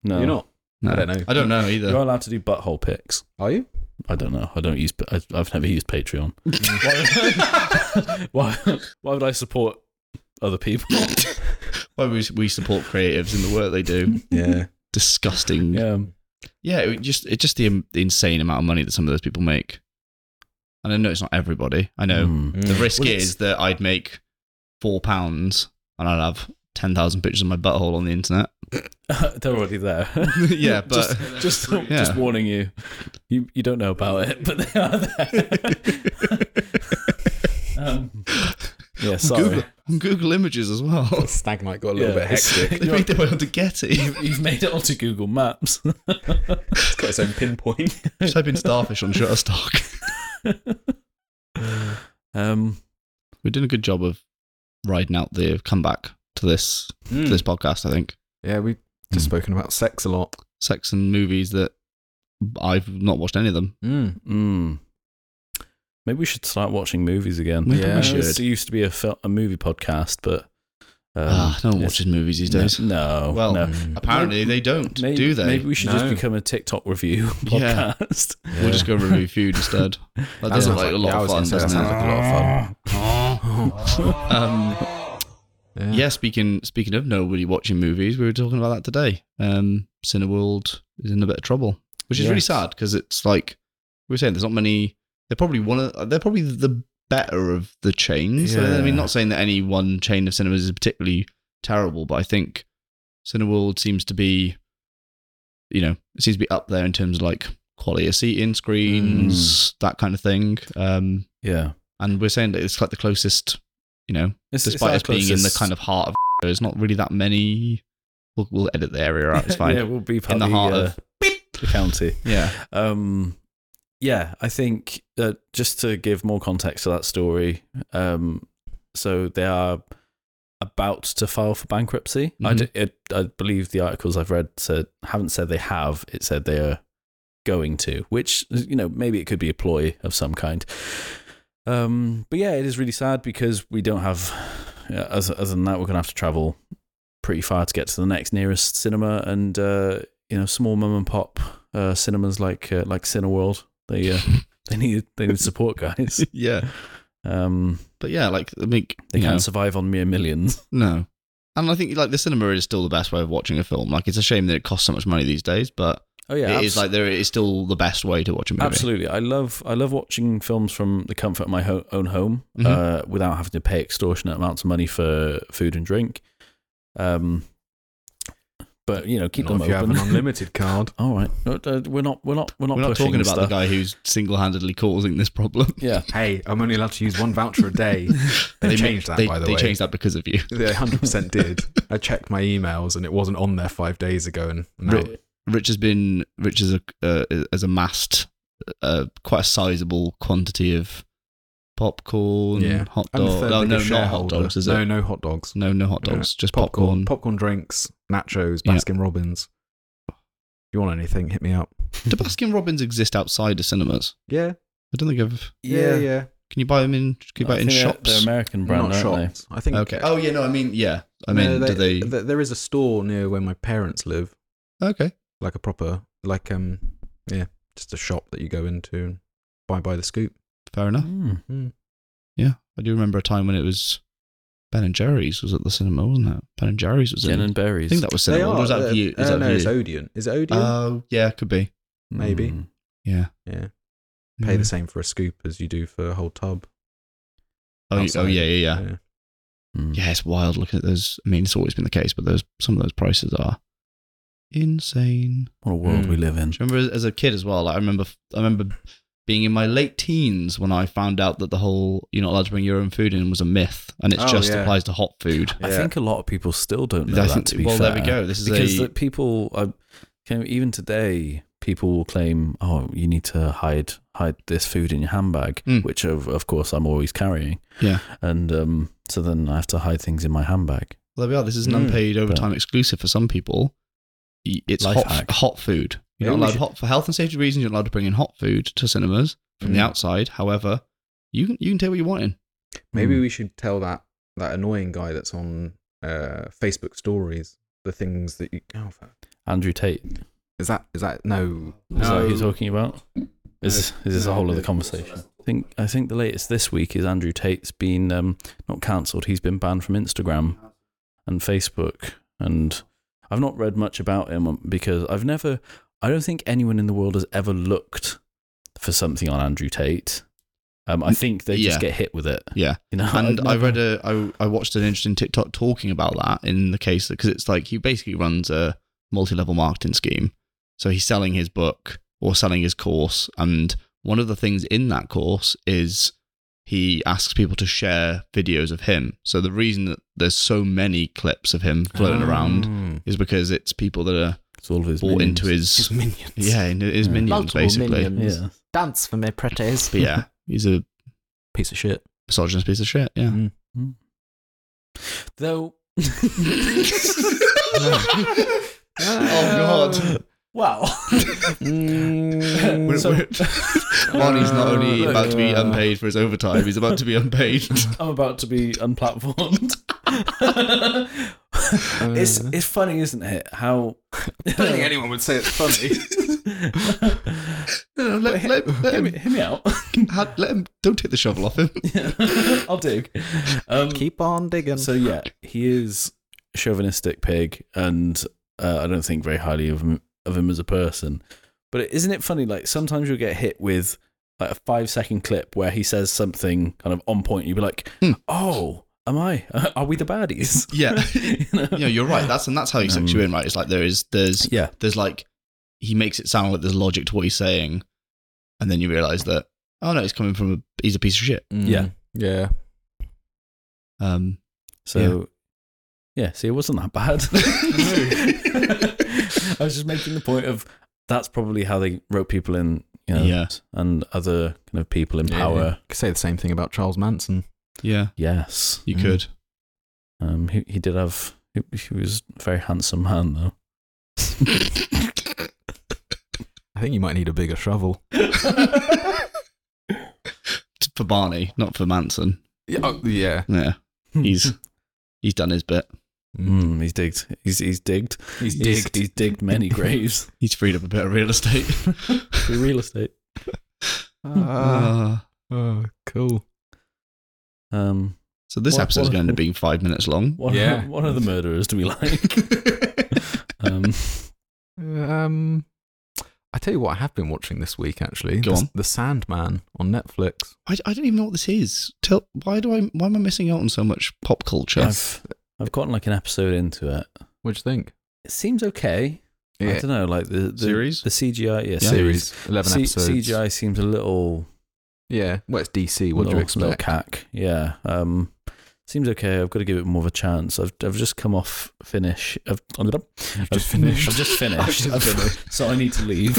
no, You're not. No. I don't know. I don't know You're either. allowed to do butthole pics. Are you? I don't know. I don't use. I, I've never used Patreon. why, why? Why would I support other people? Well, we, we support creatives in the work they do. Yeah. Disgusting. Yeah, Yeah. it would just it's just the, the insane amount of money that some of those people make. And I know it's not everybody. I know Mm. the risk Well, it's- is that I'd make four pounds and I'd have ten thousand pictures of my butthole on the internet. They're already there. yeah, but just just, Yeah. just warning you. You you don't know about it, but they are there. um, yeah, sorry. Google on Google Images as well. Stag night got a little Yeah, bit it's- hectic. They you're- made their way onto Getty. you've, you've made it onto Google Maps. It's got its own pinpoint. Just type in starfish on Shutterstock. um, We're doing a good job of riding out the comeback to this Hmm. to this podcast. I think Hmm. Yeah, we've just Hmm. spoken about sex a lot. sex and movies that I've not watched any of them. Mm. mm. maybe we should start watching movies again. Maybe we I know should. This used to be a fil- a movie podcast, but um, Ah, no one it's- watches movies these days. No, Well, no. Mm. Apparently, they don't, Maybe, do they? Maybe we should just No. become a TikTok review Yeah. podcast. We'll just go review food instead. That does sounds look like, like- a lot yeah, I of was fun, gonna say that doesn't sounds it? like a lot of fun. Um, Yeah. yeah, speaking speaking of nobody watching movies, we were talking about that today. Um, Cineworld is in a bit of trouble, which is really Yes. sad because it's like we were saying, there's not many. They're probably one of they're probably the better of the chains. I Yeah. mean, not saying that any one chain of cinemas is particularly terrible, but I think Cineworld seems to be, you know, it seems to be up there in terms of like quality of seating, Mm. screens, that kind of thing. Um, Yeah. and we're saying that it's like the closest, you know, It's, it's despite our us being in the closest- kind of heart of there's not really that many we'll, we'll edit the area out it's fine yeah, yeah, we'll be part in the of heart uh, of the county. Um, yeah, I think uh, just to give more context to that story, um, so they are about to file for bankruptcy. I, d- it, I believe the articles I've read said haven't said they have. It said they are going to, which you know maybe it could be a ploy of some kind. Um, but yeah, it is really sad because we don't have. Yeah, other, other than that, we're gonna have to travel pretty far to get to the next nearest cinema, and uh, you know, small mum and pop uh, cinemas like uh, like Cineworld. They uh, they need they need support, guys. yeah Um, but yeah like i mean they you can't know, survive on mere millions. no and i think like the cinema is still the best way of watching a film like it's a shame that it costs so much money these days but Oh it is yeah, like there is still the best way to watch a movie absolutely. I love I love watching films from the comfort of my ho- own home Mhm. uh, without having to pay extortionate amounts of money for food and drink. Um, but you know, keep Not them if you have open. an unlimited card. All right, No, uh, we're not we're not we're not we're not pushing talking about stuff. the guy who's single-handedly causing this problem Yeah, Hey, I'm only allowed to use one voucher a day. They, changed that, they, by the they way. changed that because of you They 100% did. I checked my emails and it wasn't on there five days ago. And now, Re- Rich has been Rich has, uh, has amassed uh, quite a sizable quantity of popcorn, Yeah. hot I'm the dogs. third Oh, No, no, biggest not hot shareholder. dogs, is no, it? no hot dogs. No, no hot Yeah. dogs, just popcorn, popcorn. popcorn drinks, nachos, Yeah. Baskin Robbins. If you want anything, hit me up. Do Baskin Robbins exist outside of cinemas? Yeah, I don't think I've. yeah, yeah. Can you buy them in? Can you buy I it in think they're- They're shops? American brand, Not aren't shops. I think. Okay. Oh yeah, no, I mean yeah. I mean, No, do they? th- there is a store near where my parents live, okay. like a proper, like um, yeah, just a shop that you go into and buy by the scoop. Fair they? enough. Mm. Yeah, I do remember a time when it was Ben and Jerry's was at the cinema, wasn't it? Ben and Jerry's was Gin in. and berries. I think that was cinema. or was that uh, View? uh, Is that no, it's View? Odeon. Is it Odeon? Oh yeah, could be. maybe. Mm. Yeah. yeah. Pay Yeah. the same for a scoop as you do for a whole tub. Oh, you- oh outside. yeah, yeah, yeah. Yeah. Mm. Yeah, it's wild looking at those. I mean, it's always been the case, but those some of those prices are insane. What a world we Mm. live in. Do you remember as a kid as well? Like, I remember, I remember being in my late teens when I found out that the whole "you're not allowed to bring your own food in" was a myth, and it Oh, just yeah. applies to hot food. I Yeah. think a lot of people still don't know I that. think- to be well, fair. there we go. This is Because a the people, are, can, even today, people will claim, "Oh, you need to hide hide this food in your handbag," Mm. which of of course I'm always carrying. Yeah. and um, so then I have to hide things in my handbag. well, there we are. This is an Mm. unpaid overtime exclusive for some people. Y- It's Life hot, hack. hot food. You're Maybe not we allowed should- hot for health and safety reasons. You're not allowed to bring in hot food to cinemas from the Mm. outside. However, you can you can take what you want in. Maybe we should tell that that annoying guy that's on uh, Facebook stories, the things that you. Oh, fuck. Andrew Tate. Is that is that no? Is that No. Um, what you're talking about? Is is this a whole other conversation? I think I think the latest this week is Andrew Tate's been um, not cancelled. He's been banned from Instagram and Facebook, and I've not read much about him um, because I've never. I don't think anyone in the world has ever looked for something on Andrew Tate. Um, I think they just Yeah. get hit with it. Yeah. You know, and I've I never- read a I I watched an interesting TikTok talking about that in the case because it's like he basically runs a multi-level marketing scheme. So he's selling his book or selling his course, and one of the things in that course is he asks people to share videos of him. So the reason that there's so many clips of him floating around Mm. is because it's people that are It's all of his bought into minions. his minions. yeah in his Yeah. minions Multiple basically. minions. Yeah. Dance for me, pretties. But yeah, he's a Piece of shit. misogynist piece of shit. Yeah. Mm. Though. Oh, God. Wow. Mm. So- Marnie's not only Uh, about to be uh, unpaid for his overtime, he's about to be unpaid. I'm about to be unplatformed. it's it's funny, isn't it? How I don't think anyone would say it's funny. no, no, let, let, let hear, me, him, hear me out. ha- let him. Don't take the shovel off him. I'll dig. Um, Keep on digging. so yeah, he is a chauvinistic pig, and uh, I don't think very highly of him, of him as a person. But isn't it funny? Like sometimes you'll get hit with like a five second clip where he says something kind of on point. And you'll be like, Hmm. "Oh, am I? Are we the baddies?" Yeah. You know? Yeah, you're right. That's and that's how he sucks you in, right? It's like there is there's yeah. there's like he makes it sound like there's logic to what he's saying, and then you realise that oh no, he's coming from a he's a piece of shit. Mm. Yeah. Yeah. Um, So, yeah. see, it wasn't that bad. I was just making the point of that's probably how they wrote people in, you know, Yeah. and other kind of people in Yeah. power. Could say the same thing about Charles Manson. yeah, Yes, you Mm. could. um, he he did have. He, he was a very handsome man, though. I think you might need a bigger shovel. for Barney, not for Manson. Yeah. Oh, yeah. Yeah, he's he's done his bit. Mm, he's digged. He's he's digged. He's He's, digged. he's digged many graves. He's freed up a bit of real estate. Free real estate. Ah. Ah. Oh, cool. Um, So this What- episode's what- going to be five minutes long. what Yeah. are, what are the murderers do we like? um, Um, I tell you what, I have been watching this week actually. Go the, on. the Sandman on Netflix. I, I don't even know what this is. Tell why do I why am I missing out on so much pop culture? I've I've gotten like an episode into it. What'd you think? It seems okay. I don't know, like the, the Series? the CGI, yeah, Yeah. series. series, eleven C- episodes. CGI seems a little. Yeah, well, it's DC. What do little, you Little expect? cack, yeah. Um, seems okay. I've got to give it more of a chance. I've I've just come off finish. I've, I've You've I've- just finished. I've just finished. I've just finished. so I need to leave.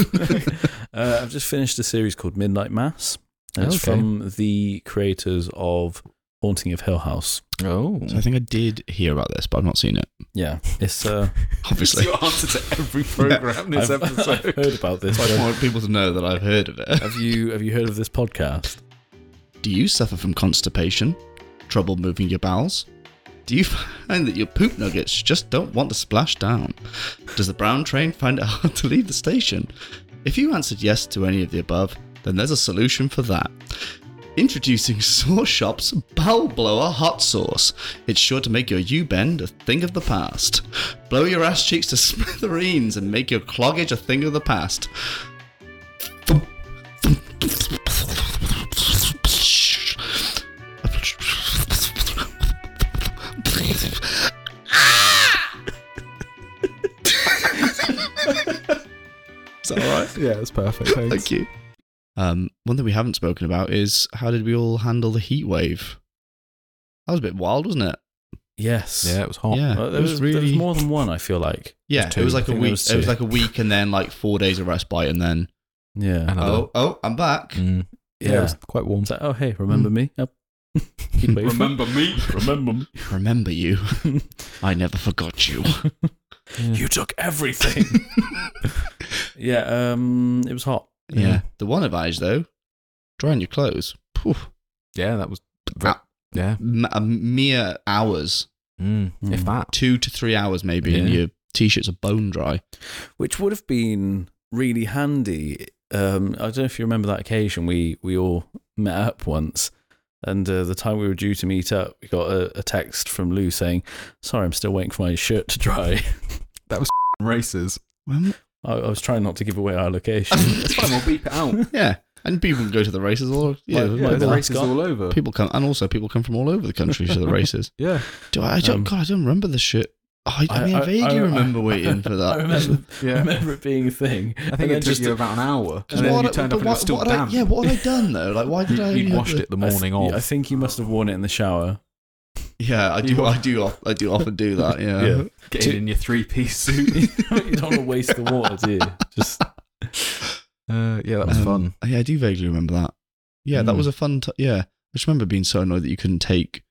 uh, I've just finished a series called Midnight Mass. And It's Okay. from the creators of Haunting of Hill House. Oh, So I think I did hear about this, but I've not seen it. Yeah, it's uh, Obviously, your answer to every program I've, I've heard about this. So I but just want people to know that I've heard of it. have you have you heard of this podcast? Do you suffer from constipation? Trouble moving your bowels? Do you find that your poop nuggets just don't want to splash down? Does the brown train find it hard to leave the station? If you answered yes to any of the above, then there's a solution for that. Introducing Sauce Shop's Bowel Blower Hot Sauce. It's sure to make your U bend a thing of the past. Blow your ass cheeks to smithereens and make your cloggage a thing of the past. Is that all right? yeah, it's perfect. Thanks. Thank you. Um, one thing we haven't spoken about is how did we all handle the heat wave? That was a bit wild, wasn't it? Yes. Yeah, it was hot. Yeah, Uh, it there, was was, there was really- more than one. I feel like. Yeah, two. it was I like a think there week. was it was two. like a week, and then like four days of respite, and then Yeah. Another. oh, oh, I'm back. Mm. Yeah. Yeah. it was quite warm. It's like, oh hey, remember me? Yep. Keep waving. Remember me? remember me? Remember you? I never forgot you. You took everything. yeah. Um. It was hot. yeah, the one advantage though, drying your clothes. Phew. Yeah, that was. Ah. Yeah. M- a mere hours Mm, If Mm. that. Two to three hours maybe, and Yeah. your t-shirts are bone dry. which would have been really handy. Um, I don't know if you remember that occasion we we all met up once, and uh, the time we were due to meet up, we got a, a text from Lou saying, "Sorry, I'm still waiting for my shirt to dry." Races. I, Well, I was trying not to give away our location. That's fine. We'll beep it out. yeah, and people can go to the races all. Yeah, Like, Yeah, Well, the that's races gone. all over. people come, and also people come from all over the country to the races. Yeah, Do I? I don't, Um, God, I don't remember the shit. I, I mean, I, vaguely remember waiting for that. I remember, I yeah. remember it being a thing. I And think then it took just- you about an hour, and Because then what had you I- turned but up and it was what- still what had I- damp. yeah, what had I done though? Like, why did You- I? You'd only washed have it the I th- morning yeah, off. I think you must have worn it in the shower. the- Yeah, I do. I do. of- I do often do that. Yeah. Yeah. Getting to- in your three-piece suit. you don't want to waste the water, do you? Just Uh, yeah, that was Um, fun. Yeah, I do vaguely remember that. Yeah, that Mm. was a fun. T- yeah, I just remember being so annoyed that you couldn't take.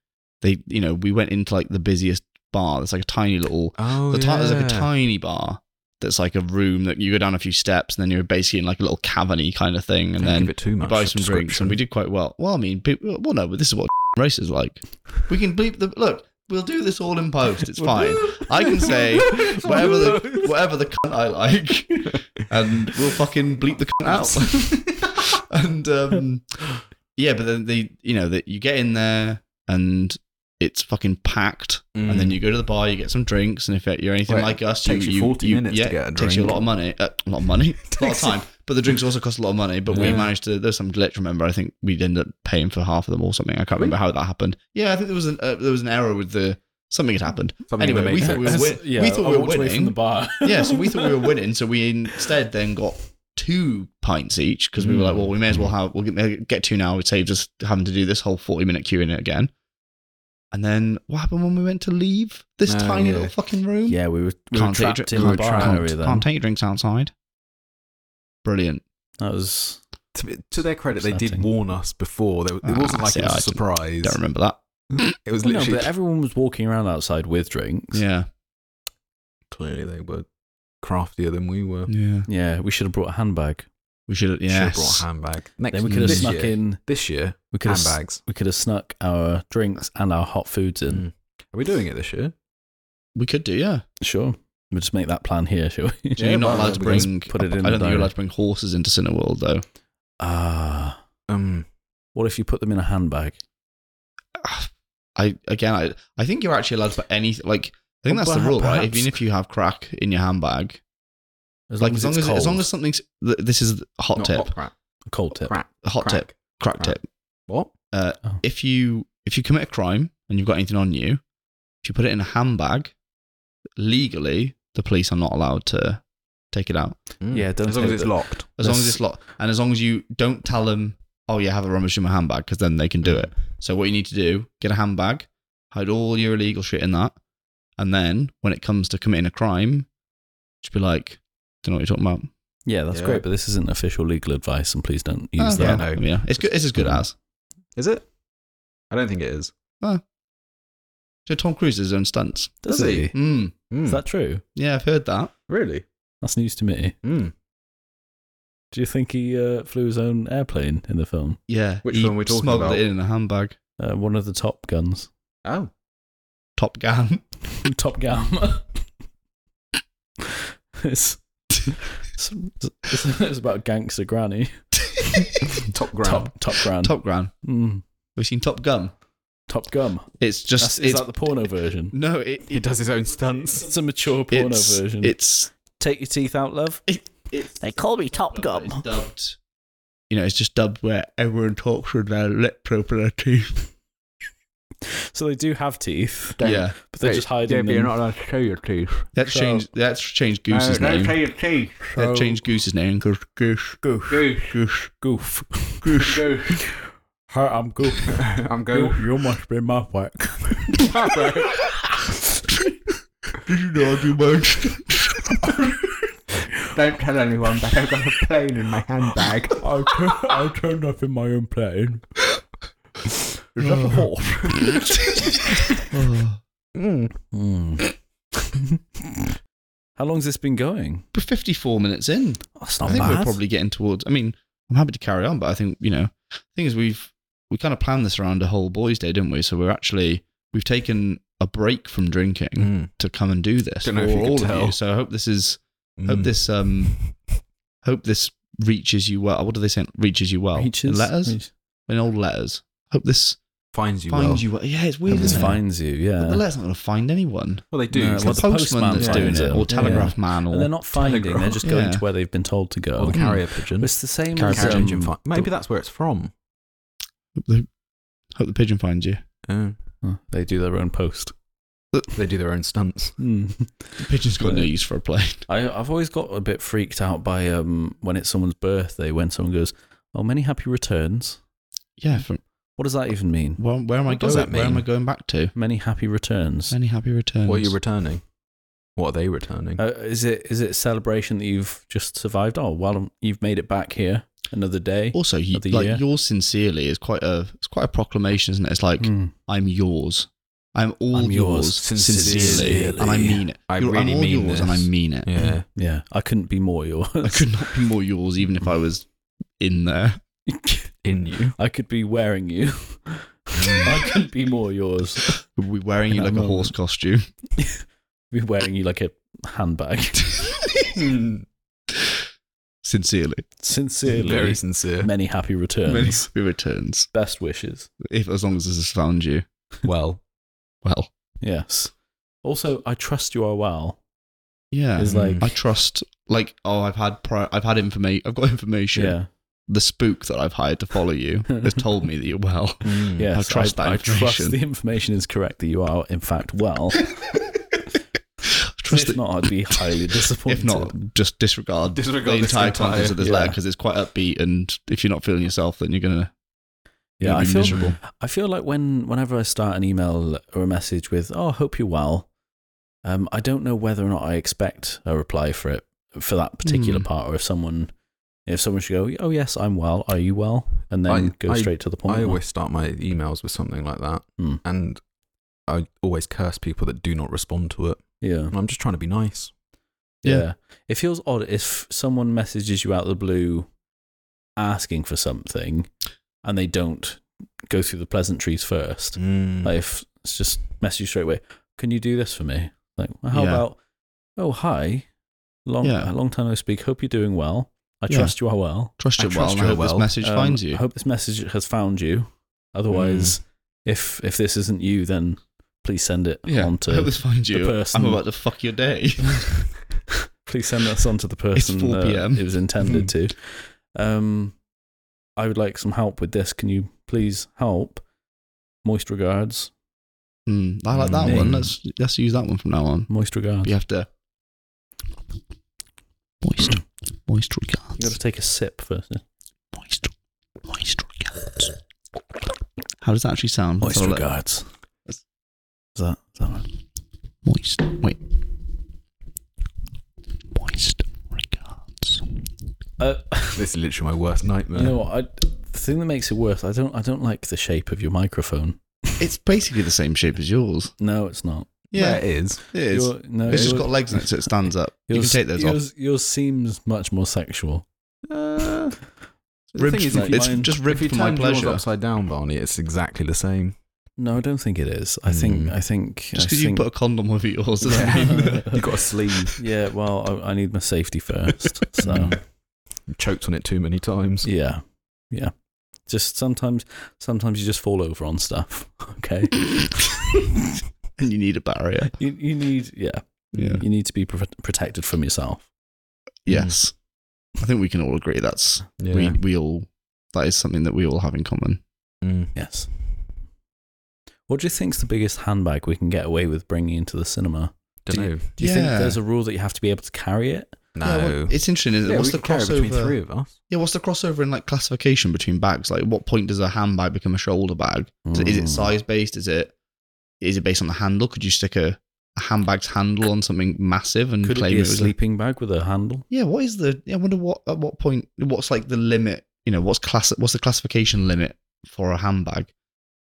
They, you know, we went into like the busiest bar. It's like a tiny little. Oh, the ti- There's like a tiny bar that's like a room that you go down a few steps and then you're basically in like a little caverny kind of thing, and then give it too you much. buy some drinks, and we did quite well. Well, I mean, pe- well, no, but this is what race is like. We can bleep the look. We'll do this all in post. It's fine. I can say whatever the whatever the cunt I like, and we'll fucking bleep the cunt out. and um, yeah, but then they, you know, that you get in there and it's fucking packed, and then you go to the bar, you get some drinks, and if you're anything Well, Mm. it like us, takes you 40 minutes to get a Takes you a drink. lot of money, uh, a lot of money, a lot of Takes you- time. But the drinks also cost a lot of money. But we Yeah. managed to. There's some glitch. Remember, I think we would end up paying for half of them or something. I can't remember how that happened. Yeah, I think there was an uh, there was an error with the something had happened. Something in the anyway, we thought we were, That's- win- yeah, we thought I we were walked away winning. from the bar. yeah, so we thought we were winning, so we instead then got two pints each because we were like, well, we may as well Mm. have we'll get, get two now. It saves us having to do this whole forty minute queue in it again. And then what happened when we went to leave this Oh, tiny yeah. little fucking room? Yeah, we were, we were Can't take trapped your- in the can't- bar can't- area then. Can't take your drinks outside. Brilliant. That was to, to their credit, they did Upsetting. warn us before. They, it Ah, wasn't like see, it was I a surprise. Don't remember that. It was Well, no, literally but everyone was walking around outside with drinks. Yeah. clearly they were craftier than we were. Yeah. Yeah, we should have brought a handbag. We should have. Yeah. Should have brought a handbag. Next, Then we could have this snuck year, in. this year. We could have s- Handbags. we could have snuck our drinks and our hot foods in. Mm. Are we doing it this year? We could do. Yeah. Sure, we'll just make that plan here, shall we? So you're not well, allowed to we bring. can put it in the I don't think you're diary. allowed to bring horses into Cineworld though. Ah, Um, what if you put them in a handbag? I again, I, I think you're actually allowed to put any like. I think Well, that's the perha- rule, right? Oh, perhaps- Even if you have crack in your handbag, As like long as as, long it's as cold. as long as something's th- this is a hot not tip, hot crap. a cold tip. Crap. a hot crack. tip, crack Crack. tip. What? Uh, Oh. If you if you commit a crime and you've got anything on you, if you put it in a handbag, legally the police are not allowed to take it out Mm. Yeah, don't as long as take it's the- locked. as long as That's- it's locked and as long as you don't tell them, oh yeah, have a rummage in my handbag because then they can do it. So what you need to do, get a handbag, hide all your illegal shit in that, and then when it comes to committing a crime, just be like, don't know what you're talking about. Yeah, that's Yeah. great, but this isn't official legal advice, and please don't use Oh, that. Yeah, no. yeah, it's good. It's as good as. Is it? I don't think it is. So Tom Cruise does his own stunts. Does, Does he? he? Mm. Mm. Is that true? Yeah, I've heard that. Really? That's news to me. Mm. Do you think he uh, flew his own airplane in the film? Yeah, Which he film are we talking smuggled about? it in a handbag. Uh, one of the Top Guns. Oh. Top Gun. Top Gun. it's, it's, it's, it's about gangster granny. Top ground. Top Top Gran. Top, Top Gun. mm, We've seen Top Gun. top Gum. It's That's, just is it's that the porno version? no. It, He does his own stunts. It's a mature porno it's, version. It's Take your teeth out, love. They call me Top Gun. It's dubbed. You know, it's just dubbed where everyone talks with their lip proper teeth. So they do have teeth, Yeah, but they're just hiding them. allowed to show your teeth. that's So- changed. That's changed Goose's name. your teeth. That changed Goose's name because Goose, Goose, Goose. Goose, Goof. Goose. Hi, I'm Goof. I'm you must be my work. Did you know I do much? Don't tell anyone, but I've got a plane in my handbag. I, tur- I turned up in my own plane. Is that a Oh. horse? Mm. How long's this been going? We're 54 minutes in. That's I think we're probably getting towards. I mean, I'm happy to carry on, but I think you know, the thing is, we've we kind of planned this around a whole boys' day, didn't we? So we're actually we've taken a break from drinking Mm. to come and do this Don't know if for you can all of tell. you. So I hope this is hope Mm. this um hope this reaches you well. What do they say? Reaches you well. Reaches- In letters reach- in old letters. Hope this finds you. finds well. you well. Yeah, it's weird. Hope this isn't it? finds you, yeah. But the letter's not going to find anyone. Well, they do. No, because well, It's the the postman, postman that's doing finds it, them. or telegraph man, or and they're not finding, they're Telegraph. just going Yeah. to where they've been told to go. or the Hmm. carrier pigeon. It's the same Carrier as Carrier pigeon. um, pigeon. Fi- Maybe that's where it's from. hope, the, hope the pigeon finds you. Oh, Oh, They do their own post. they do their own stunts. Hmm. The pigeon's got no Yeah. use for a plane. I, I've always got a bit freaked out by um, when it's someone's birthday, when someone goes, Oh, many happy returns. Yeah, from, What does that even mean? where, where am I What does going? that Where am mean? I going back to? Many happy returns. Many happy returns. What are you returning? What are they returning? Uh, is it is it a celebration that you've just survived? Oh, well, you've made it back here another day. also, you, of the like year? yours sincerely is quite a it's quite a proclamation, isn't it? It's like Hmm. I'm yours. I'm all I'm yours, yours, sincerely. sincerely. and I mean it. I You're- really I'm all mean yours, and I this. mean it. yeah. Yeah, I couldn't be more yours. I could not be more yours, even if I was in there. In you. I could be wearing you. I couldn't be more yours. Would be wearing you In that like a moment. horse costume. Be wearing you like a handbag. Sincerely, Sincerely, Very sincere. many happy returns. many happy returns. Best wishes. If as long as this has found you, Well, well, Yes. Also, I trust you are well. yeah. Is like Um, I trust. Like, oh, I've had pri- I've had information. I've got information. yeah, The spook that I've hired to follow you has told me that you're well. mm. yes. I trust that I trust information. the information is correct that you are in fact well. Trust if that- not, I'd be highly disappointed. If not, just disregard, Disregard the this entire entire- contents of this yeah. letter because it's quite upbeat. And if you're not feeling yourself, then you're gonna yeah, I be feel miserable. I feel like when whenever I start an email or a message with "Oh, I hope you're well," um, I don't know whether or not I expect a reply for it for that particular Hmm. part, or if someone if someone should go, "Oh yes, I'm well. Are you well?" and then I- go I- straight to the point. I always start my emails with something like that. Hmm. And I always curse people that do not respond to it. yeah, And I'm just trying to be nice. yeah, Yeah. It feels odd if someone messages you out of the blue asking for something, and they don't go through the pleasantries first. Mm. Like if it's just message you straight away, can you do this for me? Like, well, how Yeah. about, oh hi, long Yeah. a long time no speak. Hope you're doing well. I Yeah. trust you are well. Trust I you well. trust and I you hope well. this message Um, finds you. Mm. I hope this message has found you. Otherwise, if if this isn't you, then please send it yeah. on I hope to this finds the you. person- I'm about to fuck your day. please send this on to the person 4 that PM. it was intended Mm. to. Um, I would like some help with this. Can you please help? Moist regards. Hmm, I like that Mm. one. Let's let's use that one from now on. Moist regards. You have to moist, moist You got to regards, take a sip first. moist, moist regards. How does that actually sound? Let's Moist have a look. regards. Is that, is that right? Moist. Wait. Moist regards. Uh, This is literally my worst nightmare. you know what? I, the thing that makes it worse, I don't, I don't like the shape of your microphone. It's basically the same shape as yours. No, it's not. yeah, it is. it is. Your- no, it's just your- got legs in it, so it stands up. You can yours- take those off. yours, Yours seems much more sexual. Uh, the Ribbed thing is, for my- if you, it's mind- just if ribbed you for my turned yours pleasure. upside down, Barney, it's exactly the same. No, I don't think it is. I think, Mm. I think, Hmm. I Just because you think- put a condom over yours doesn't mean You've got a sleeve. yeah. Well, I, I need my safety first. Hmm. So You choked on it too many times. yeah, yeah. Just sometimes, sometimes you just fall over on stuff. Okay, and you need a barrier. you, you need, yeah, Yeah. you need to be pro- protected from yourself. Yes. I think we can all agree that's Yeah. we we all that is something that we all have in common. Mm. Yes. What do you think's the biggest handbag we can get away with bringing into the cinema? Don't know. Do you think Yeah. there's a rule that you have to be able to carry it? No. Yeah, well, it's interesting, isn't it? Yeah, what's we the could carry crossover? between three of us? Yeah, what's the crossover in like classification between bags? Like, what point does a handbag become a shoulder bag? Is, it Hmm. is it size based? Is it is it based on the handle? Could you stick a, a handbag's handle on something massive and Could it claim be it a was? a- sleeping bag with a handle? yeah, what is the? Yeah, I wonder what at what point? What's like the limit? You know, what's class? What's the classification limit for a handbag?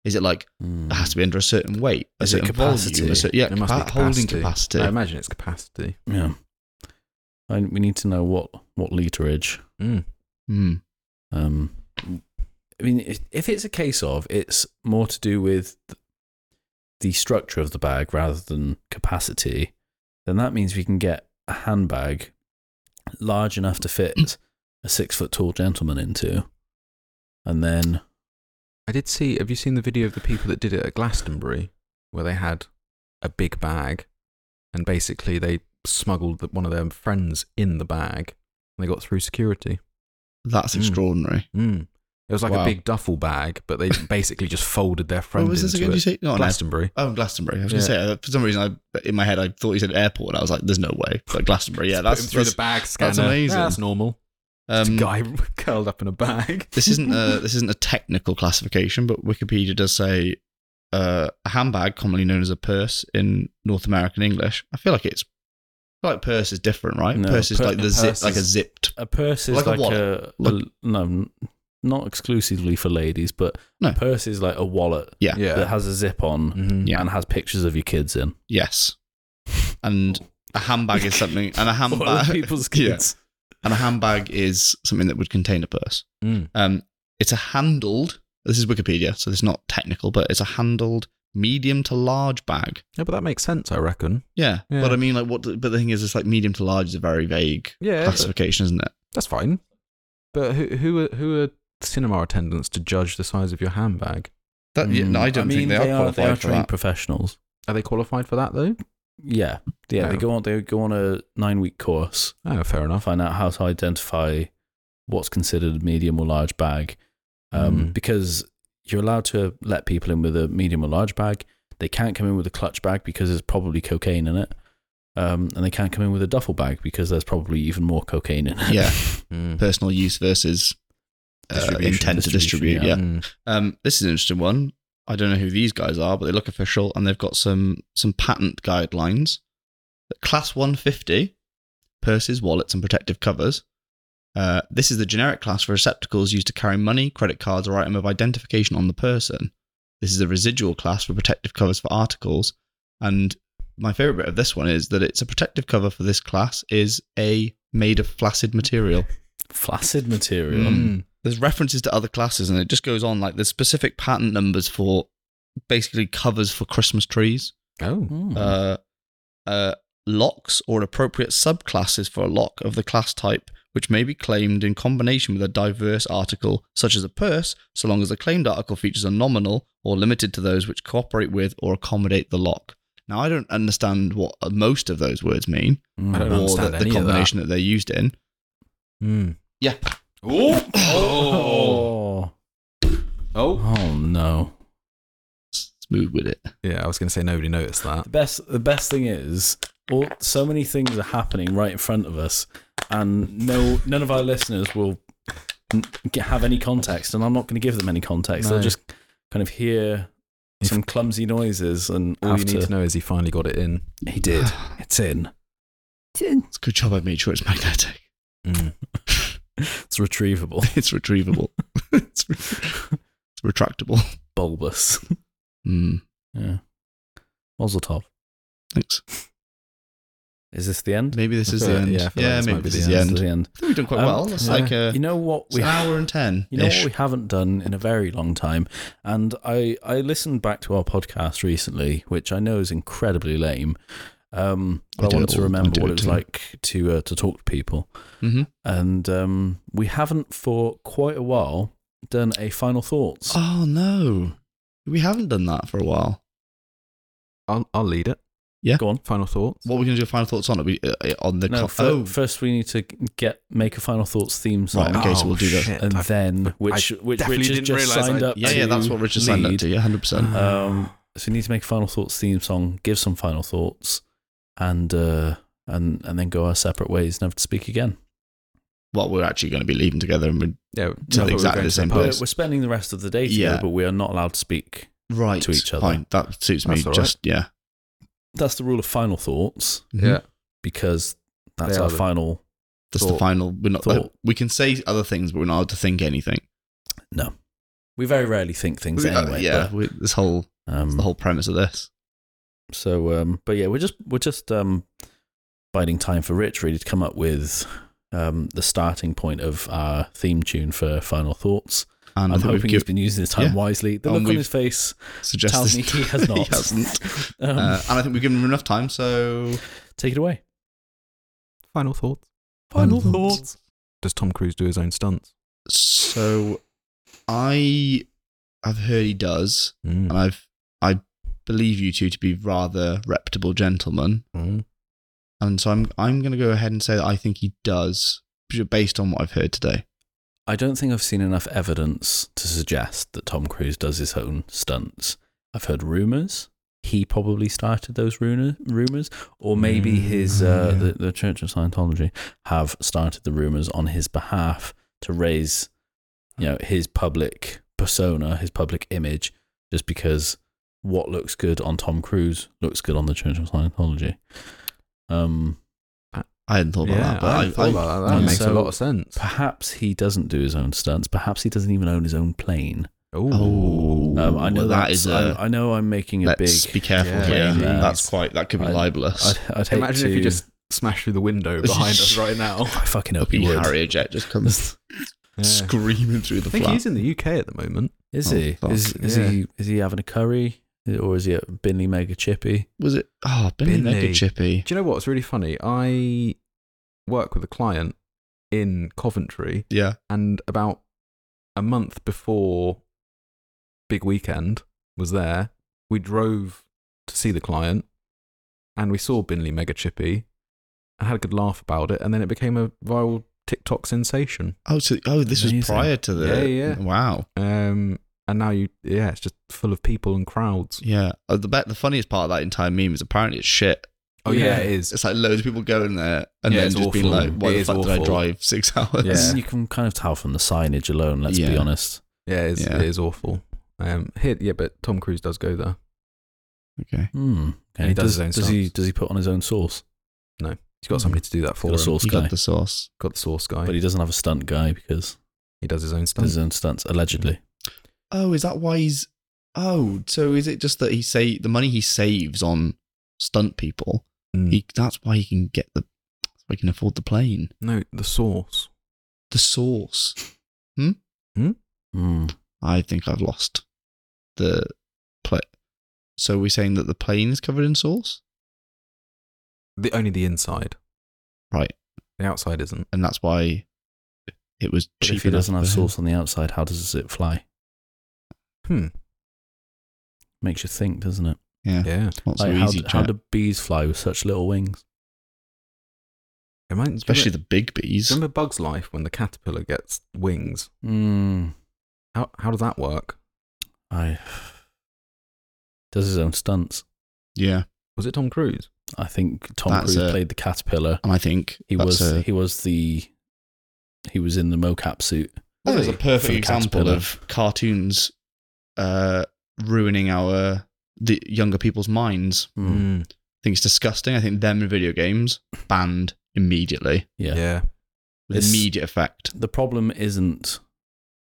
Is it like it has to be under a certain weight, a Is it certain capacity? volume, a cer- yeah, It must be capa- holding capacity. capacity? I imagine it's capacity. Hmm. Yeah. And we need to know what what literage. Mm. Hmm. Um, I mean, if- if it's a case of, it's more to do with the structure of the bag rather than capacity, then that means we can get a handbag large enough to Mm. fit a six foot tall gentleman into. And then I did see. Have you seen the video of the people that did it at Glastonbury, where they had a big bag, and basically they smuggled the, one of their friends in the bag, and they got through security. That's Mm. extraordinary. Mm. It was like Wow. a big duffel bag, but they basically just folded their friend What was this into again? Did you it. say? No, no. Glastonbury. Oh, Glastonbury. I was going to Yeah. say, uh, for some reason, I, in my head, I thought you said airport. I was like, there's no way. Like Glastonbury. Yeah, Put that's, him through that's the bag scanner. amazing. Yeah, that's normal. It's um, a guy curled up in a bag. this isn't a, this isn't a technical classification, but Wikipedia does say uh, a handbag, commonly known as a purse in North American English. I feel like it's I feel like purse is different, right? No, purse is pur- like the purse zip, is- like a zipped. a purse is Like like, a a, wallet. a- Like- no, n- not exclusively for ladies, but No. a purse is like a wallet Yeah. that has a zip on Mhm. Yeah. and has pictures of your kids in. Yes, and a handbag is something, and a Or handbag, people's Yeah. kids. and a handbag is something that would contain a purse. Mm. Um, it's a handled. This is Wikipedia, so it's not technical, but it's a handled medium to large bag. Yeah, but that makes sense, I reckon. Yeah, Yeah. but I mean, like, what? But the thing is, it's like medium to large is a very vague Yeah, classification, isn't it? that's fine. But who who are, who are cinema attendants to judge the size of your handbag? That, yeah, no, I don't Mm. mean, think they, are qualified they are for trained that. professionals. Are they qualified for that though? Yeah, yeah. They Oh. go on. They go on a nine-week course. Oh, fair I'll enough. find out how to identify what's considered medium or large bag, um, Mm. because you're allowed to let people in with a medium or large bag. They can't come in with a clutch bag because there's probably cocaine in it, um, and they can't come in with a duffel bag because there's probably even more cocaine in it. Yeah, Mm. personal use versus uh, Distribution, intent to distribute. distribution, Yeah. Mm. Um, this is an interesting one. I don't know who these guys are, but they look official and they've got some some patent guidelines. Class 150 purses, wallets, and protective covers. Uh, this is the generic class for receptacles used to carry money, credit cards, or item of identification on the person. This is a residual class for protective covers for articles. And my favorite bit of this one is that it's a protective cover for this class is a made of flaccid material Flaccid material. Mm. there's references to other classes and it just goes on like there's specific patent numbers for basically covers for christmas trees Oh, Mm. uh, uh, locks or appropriate subclasses for a lock of the class type which may be claimed in combination with a diverse article such as a purse so long as the claimed article features are nominal or limited to those which cooperate with or accommodate the lock now i don't understand what most of those words mean Mm. I don't know. or understand the, the any of that. combination that they're used in Mm. yeah Ooh. Oh. Oh. Oh. oh no. smooth with it yeah. I was going to say nobody noticed that. The best the best thing is all so many things are happening right in front of us and no none of our listeners will n- get, have any context and I'm not going to give them any context. No. They'll just kind of hear If- some clumsy noises and all All you you need to know is he finally got it in. he did. It's in. It's in. it's a good job i made sure it's magnetic Mm. It's retrievable. it's retrievable. it's, re- it's retractable. Bulbous. Mm, Yeah. Mazel tov. thanks. Is this the end? Maybe this is Yeah, the end. yeah, I Yeah, feel like this maybe might be this the is the This end. is the end. I think we've done quite Um, well. That's yeah. like a, You know what it's an hour and ten. You know ish. what we haven't done in a very long time, and I I listened back to our podcast recently, which I know is incredibly lame. Um, I but I, do wanted it to all- I remember do what it it was too. like to uh, to talk to people, Mhm. and um, we haven't for quite a while done a final thoughts. Oh no, we haven't done that for a while. I'll I'll lead it. Go on. Final thoughts. What are we going to do? Final thoughts on it? We, uh, uh, on the No, cl- fir- oh, first we need to get make a final thoughts theme right. song, Okay, so Oh, we'll do that. shit, and I- then which which definitely Richard didn't just realise signed I- up. Yeah, yeah, to that's what Richard signed up lead. to. Yeah, hundred percent. Um, so we need to make a final thoughts theme song, give some final thoughts, and uh, and and then go our separate ways, never to speak again. Well, we're actually going to be leaving together, and we're Yeah, Till I thought we were exactly going the to same pub. We're, place. we're spending the rest of the day together, Yeah. but we are not allowed to speak. right To each other. Fine, that suits me. That's all right. Just yeah, Mm-hmm. That's the rule of final thoughts Yeah, because that's They are our the- final. That's the Thought. final. We're not. uh, Thought. we can say other things, but we're not allowed to think anything. We very rarely think things We- uh, anyway. yeah, we, this whole but, um, the whole premise of this. So, um, but yeah, we're just we're just um, biding time for Rich really to come up with um, the starting point of our theme tune for final thoughts. And I'm I think we've hoping he's given- been using his time yeah. wisely. The Um, look on we've- his face. suggested tells me he has not. he hasn't. Um, Uh, and I think we've given him enough time. So take it away. Final thoughts. Final Final thoughts. thoughts. Does Tom Cruise do his own stunts? so I have heard he does, Mm. and I've I believe you two to be rather reputable gentlemen. Mm. And so I'm I'm going to go ahead and say that I think he does based on what I've heard today. I don't think I've seen enough evidence to suggest that Tom Cruise does his own stunts. I've heard rumors. He probably started those runa- rumors, or maybe Mm, his oh, uh, yeah. the, the Church of Scientology have started the rumors on his behalf to raise, you know, his public persona, his public image, just because what looks good on Tom Cruise looks good on the Church of Scientology. Um, I hadn't thought Mm. about Yeah, that, I but hadn't thought about that. That and makes a so- lot of sense. perhaps he doesn't do his own stunts. Perhaps he doesn't even own his own plane. Oh, Um, I know well, that that's- is I uh, a- I know I'm making a big. let's be careful Yeah, here. yeah. That's quite that could be I- libelous. I'd, I'd hate Imagine to, if you just smashed through the window behind us right now. I fucking hope he Fucking would. Harrier jet just comes Yeah. screaming through the I think flat. he's in the UK at the moment. Is Oh, he? fuck. Is, is Yeah. he? Is he having a curry, or is he at Binley Mega Chippy? Was it? Oh, Billy Billy. Mega Chippy. Do you know what's really funny? I work with a client in Coventry, Yeah. and about a month before Big Weekend was there, we drove to see the client, and we saw Binley Mega Chippy. I had a good laugh about it, and then it became a viral TikTok sensation. Oh, so oh, this Amazing. was prior to the. Yeah, yeah. Wow. Um, and now you, yeah, it's just full of people and crowds. Yeah. Oh, the bet. The funniest part of that entire meme is apparently it's shit. Oh yeah, Yeah. it is. It's like loads of people going there and Yeah, then it's just being awful. like, "Why It the is fuck did I awful. drive six hours?" I Yeah. mean, you can kind of tell from the signage alone. Let's be Yeah. honest. Yeah, it is, Yeah. it is awful. Um, here, yeah, but Tom Cruise does go there. Okay. Hmm. And he does his own does he? stunts. Does he put on his own sauce? He's got somebody to do that for Got a him. sauce You guy, Hmm. got the sauce. Got the source guy. but he doesn't have a stunt guy because he does his own does stunts. his own stunts allegedly. Oh, is that why he's? Oh, so is it just that he say the money he saves on stunt people? Mm. He that's why he can get the, that's why he can afford the plane, no, the source. the sauce. Hmm. I think I've lost the play. So we're saying that the plane is covered in sauce, The only the inside. Right. The outside isn't. and that's why it was But cheap. if he enough doesn't have for him. sauce on the outside, how does it fly? Hmm. Makes you think, doesn't it? yeah, Yeah. it's not so Like how, easy. how Jack. do bees fly with such little wings? Am I- do you Especially remember- the big bees. do you remember Bug's Life when the caterpillar gets wings. Hmm. How how does that work? I does his own stunts. Yeah, Was it Tom Cruise? I think Tom That's Cruise a- played the caterpillar. and I think He that's was A, he was the he was in the mocap suit. that is a for perfect the example caterpillar. of cartoons uh, ruining our the younger people's minds. Mm. I think it's disgusting. I think them in video games banned immediately Yeah. Yeah. with It's- immediate effect. The problem isn't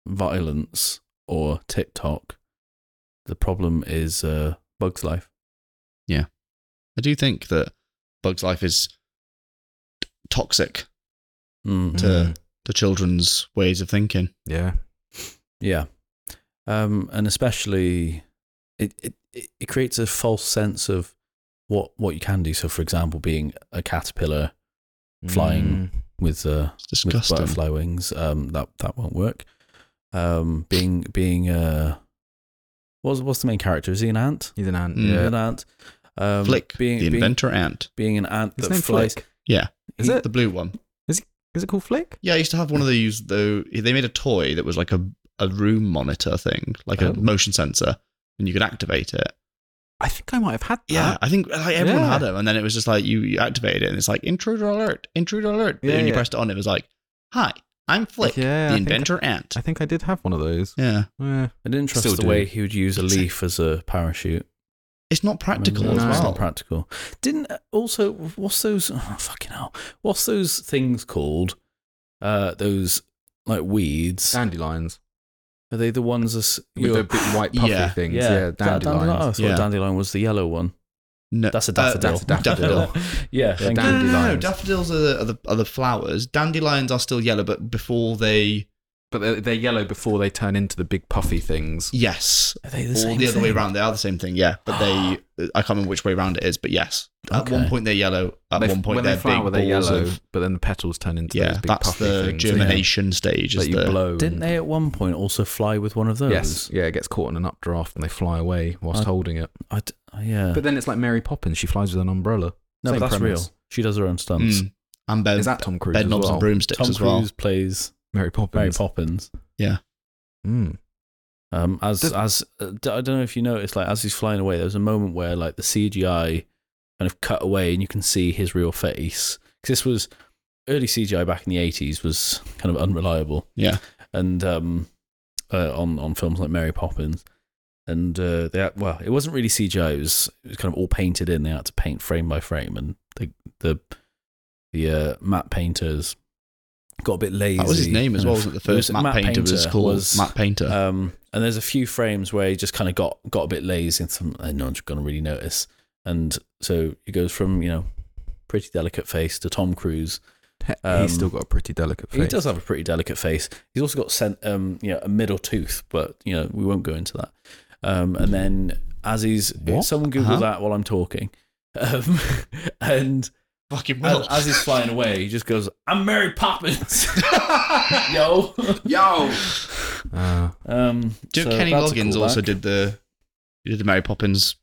violence or TikTok. The problem is uh, Bugs Life. I do think that Bug's Life is t- toxic Mm. to Mm. to children's ways of thinking. Yeah. Yeah. Um, and especially it, it, it it creates a false sense of what what you can do. So for example, being a caterpillar Flying. Mm. with uh, It's with disgusting. butterfly wings. Um, that that won't work. Um, being being uh, what's what's the main character? Is he an ant? He's an ant. Mm. An ant. Um, Flick, being the being, inventor ant. being an ant His that name flies. Flick. Yeah, Is He- it? the blue one? Is it called Flick? Yeah, I used to have one of these. Though they made a toy that was like a a room monitor thing, like Oh. a motion sensor, and you could activate it. I think I might have had that. Yeah, I think like everyone Yeah. had them, and then it was just like you, you activated it, and it's like intruder alert, intruder alert. But Yeah, when you yeah. pressed it on, it was like, "Hi, I'm Flick, Yeah, I the think- inventor ant." I think I did have one of those. yeah, Yeah. I didn't trust Still the do. way he would use a Exact- leaf as a parachute. it's not practical Remember that? as No. well. It's not practical. Didn't uh, also what's those oh, fucking hell? What's those things called? Uh, those like weeds. Dandelions. Are they the ones that's With the big white puffy Yeah. things. yeah, Yeah, Is that a dandelions. dandelion? Oh, I thought Yeah. dandelion was the yellow one. no, That's a uh, daffodil. that's a daffodil. yeah, thank No, you. no, no, no, Dandelions. daffodils are the, are the are the flowers. Dandelions are still yellow, but before they But they're, they're yellow before they turn into the big puffy things. Yes. Are they the or same? the other way thing? around. They are the same thing, yeah. But they, I can't remember which way around it is, but yes. At one Okay. point they're yellow. At They- one point when they're they flower, big they're balls yellow, of. but then the petals turn into Yeah, those big that's puffy the things germination stage. that Is you the, blow. Didn't they at one point also fly with one of those? Yes, yeah, it gets caught in an updraft and they fly away whilst I- holding it. I d- I- yeah. But then it's like Mary Poppins; she flies with an umbrella. no, but same that's premise. real. She does her own stunts. Mm. and bed, Is that Tom Cruise bed as knobs well? and broomsticks Tom as well. Cruise plays Mary Mary Poppins. Poppins. Mm. Um, as Does- as uh, d- I don't know if you noticed, like as he's flying away, there's a moment where like the CGI kind of cut away, and you can see his real face. 'Cause this was early CGI back in the '80s was kind of unreliable. Yeah. and um, uh, on on films like Mary Poppins, and uh, they had, well, it wasn't really CGI. It was it was kind of all painted in. They had to paint frame by frame, and the the the uh, matte painters got a bit lazy. That was his name as kind well, of- wasn't it? The it first was- Matt, Painter, was called was- Matt Painter. uh, um, and there's a few frames where he just kind of got got a bit lazy and some and no one's going to really notice. And so he goes from you know pretty delicate face to Tom Cruise. Um, He's still got a pretty delicate face. He does have a pretty delicate face. He's also got sent um you know a middle tooth, but you know we won't go into that. Um, and then as he's What? someone Google Huh? that while I'm talking. Um, and Fucking uh, as, as he's flying away, he just goes, "I'm Mary Poppins, yo." Yo. Uh, Um, Do you know so Kenny that's a Loggins also callback. did the he did the Mary Poppins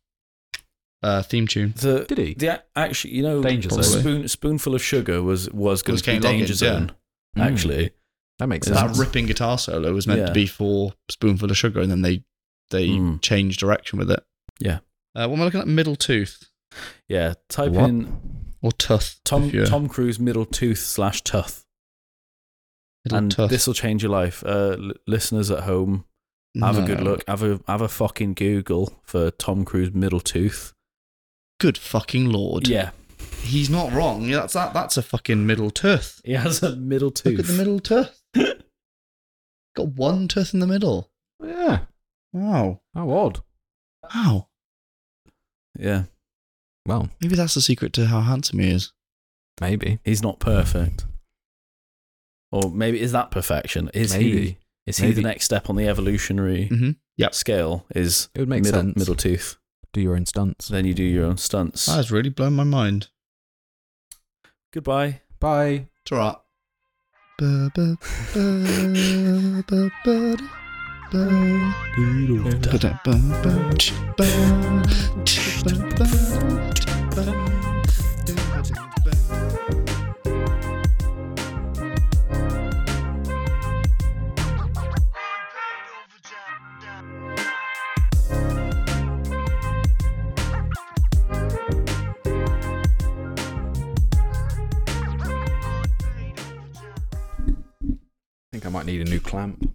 uh, theme tune. The- did he? Yeah, actually, you know, Danger the Zone. Spoon, spoonful of sugar was was going Was to be Kenny danger Loggins, zone. yeah. Actually, That makes Is That sense. ripping guitar solo was meant Yeah. to be for Spoonful of Sugar, and then they they Mm. changed direction with it. Yeah. Uh, what am I looking at? Middle tooth yeah. Type What? in or tuth? Tom if you're- Tom Cruise middle tooth slash tough, middle and tuth. this will change your life. Uh, l- listeners at home, have a good No. look. Have a have a fucking Google for Tom Cruise middle tooth. Good fucking lord. Yeah, He's not wrong. Yeah, That's that. That's a fucking middle tooth. he has a middle tooth. Look at the middle tooth. Got one tooth in the middle. Yeah. Wow. How odd. Wow. Yeah, Well, Maybe that's the secret to how handsome he is. maybe. he's not perfect. Or maybe is that perfection? Is maybe. he is he Maybe. the next step on the evolutionary Mm-hmm. Yep. scale? Is It would make middle, sense. middle tooth. Do your own stunts. So then you do your own stunts. That has really blown my mind. Goodbye. Bye. It's all right. Ba, ba, ba, ba, ba, ba. Ba, da, ba, ba, ch, ba, ch, ba, ba, ch, ba. Do, do, ba. I think I might need a new clamp.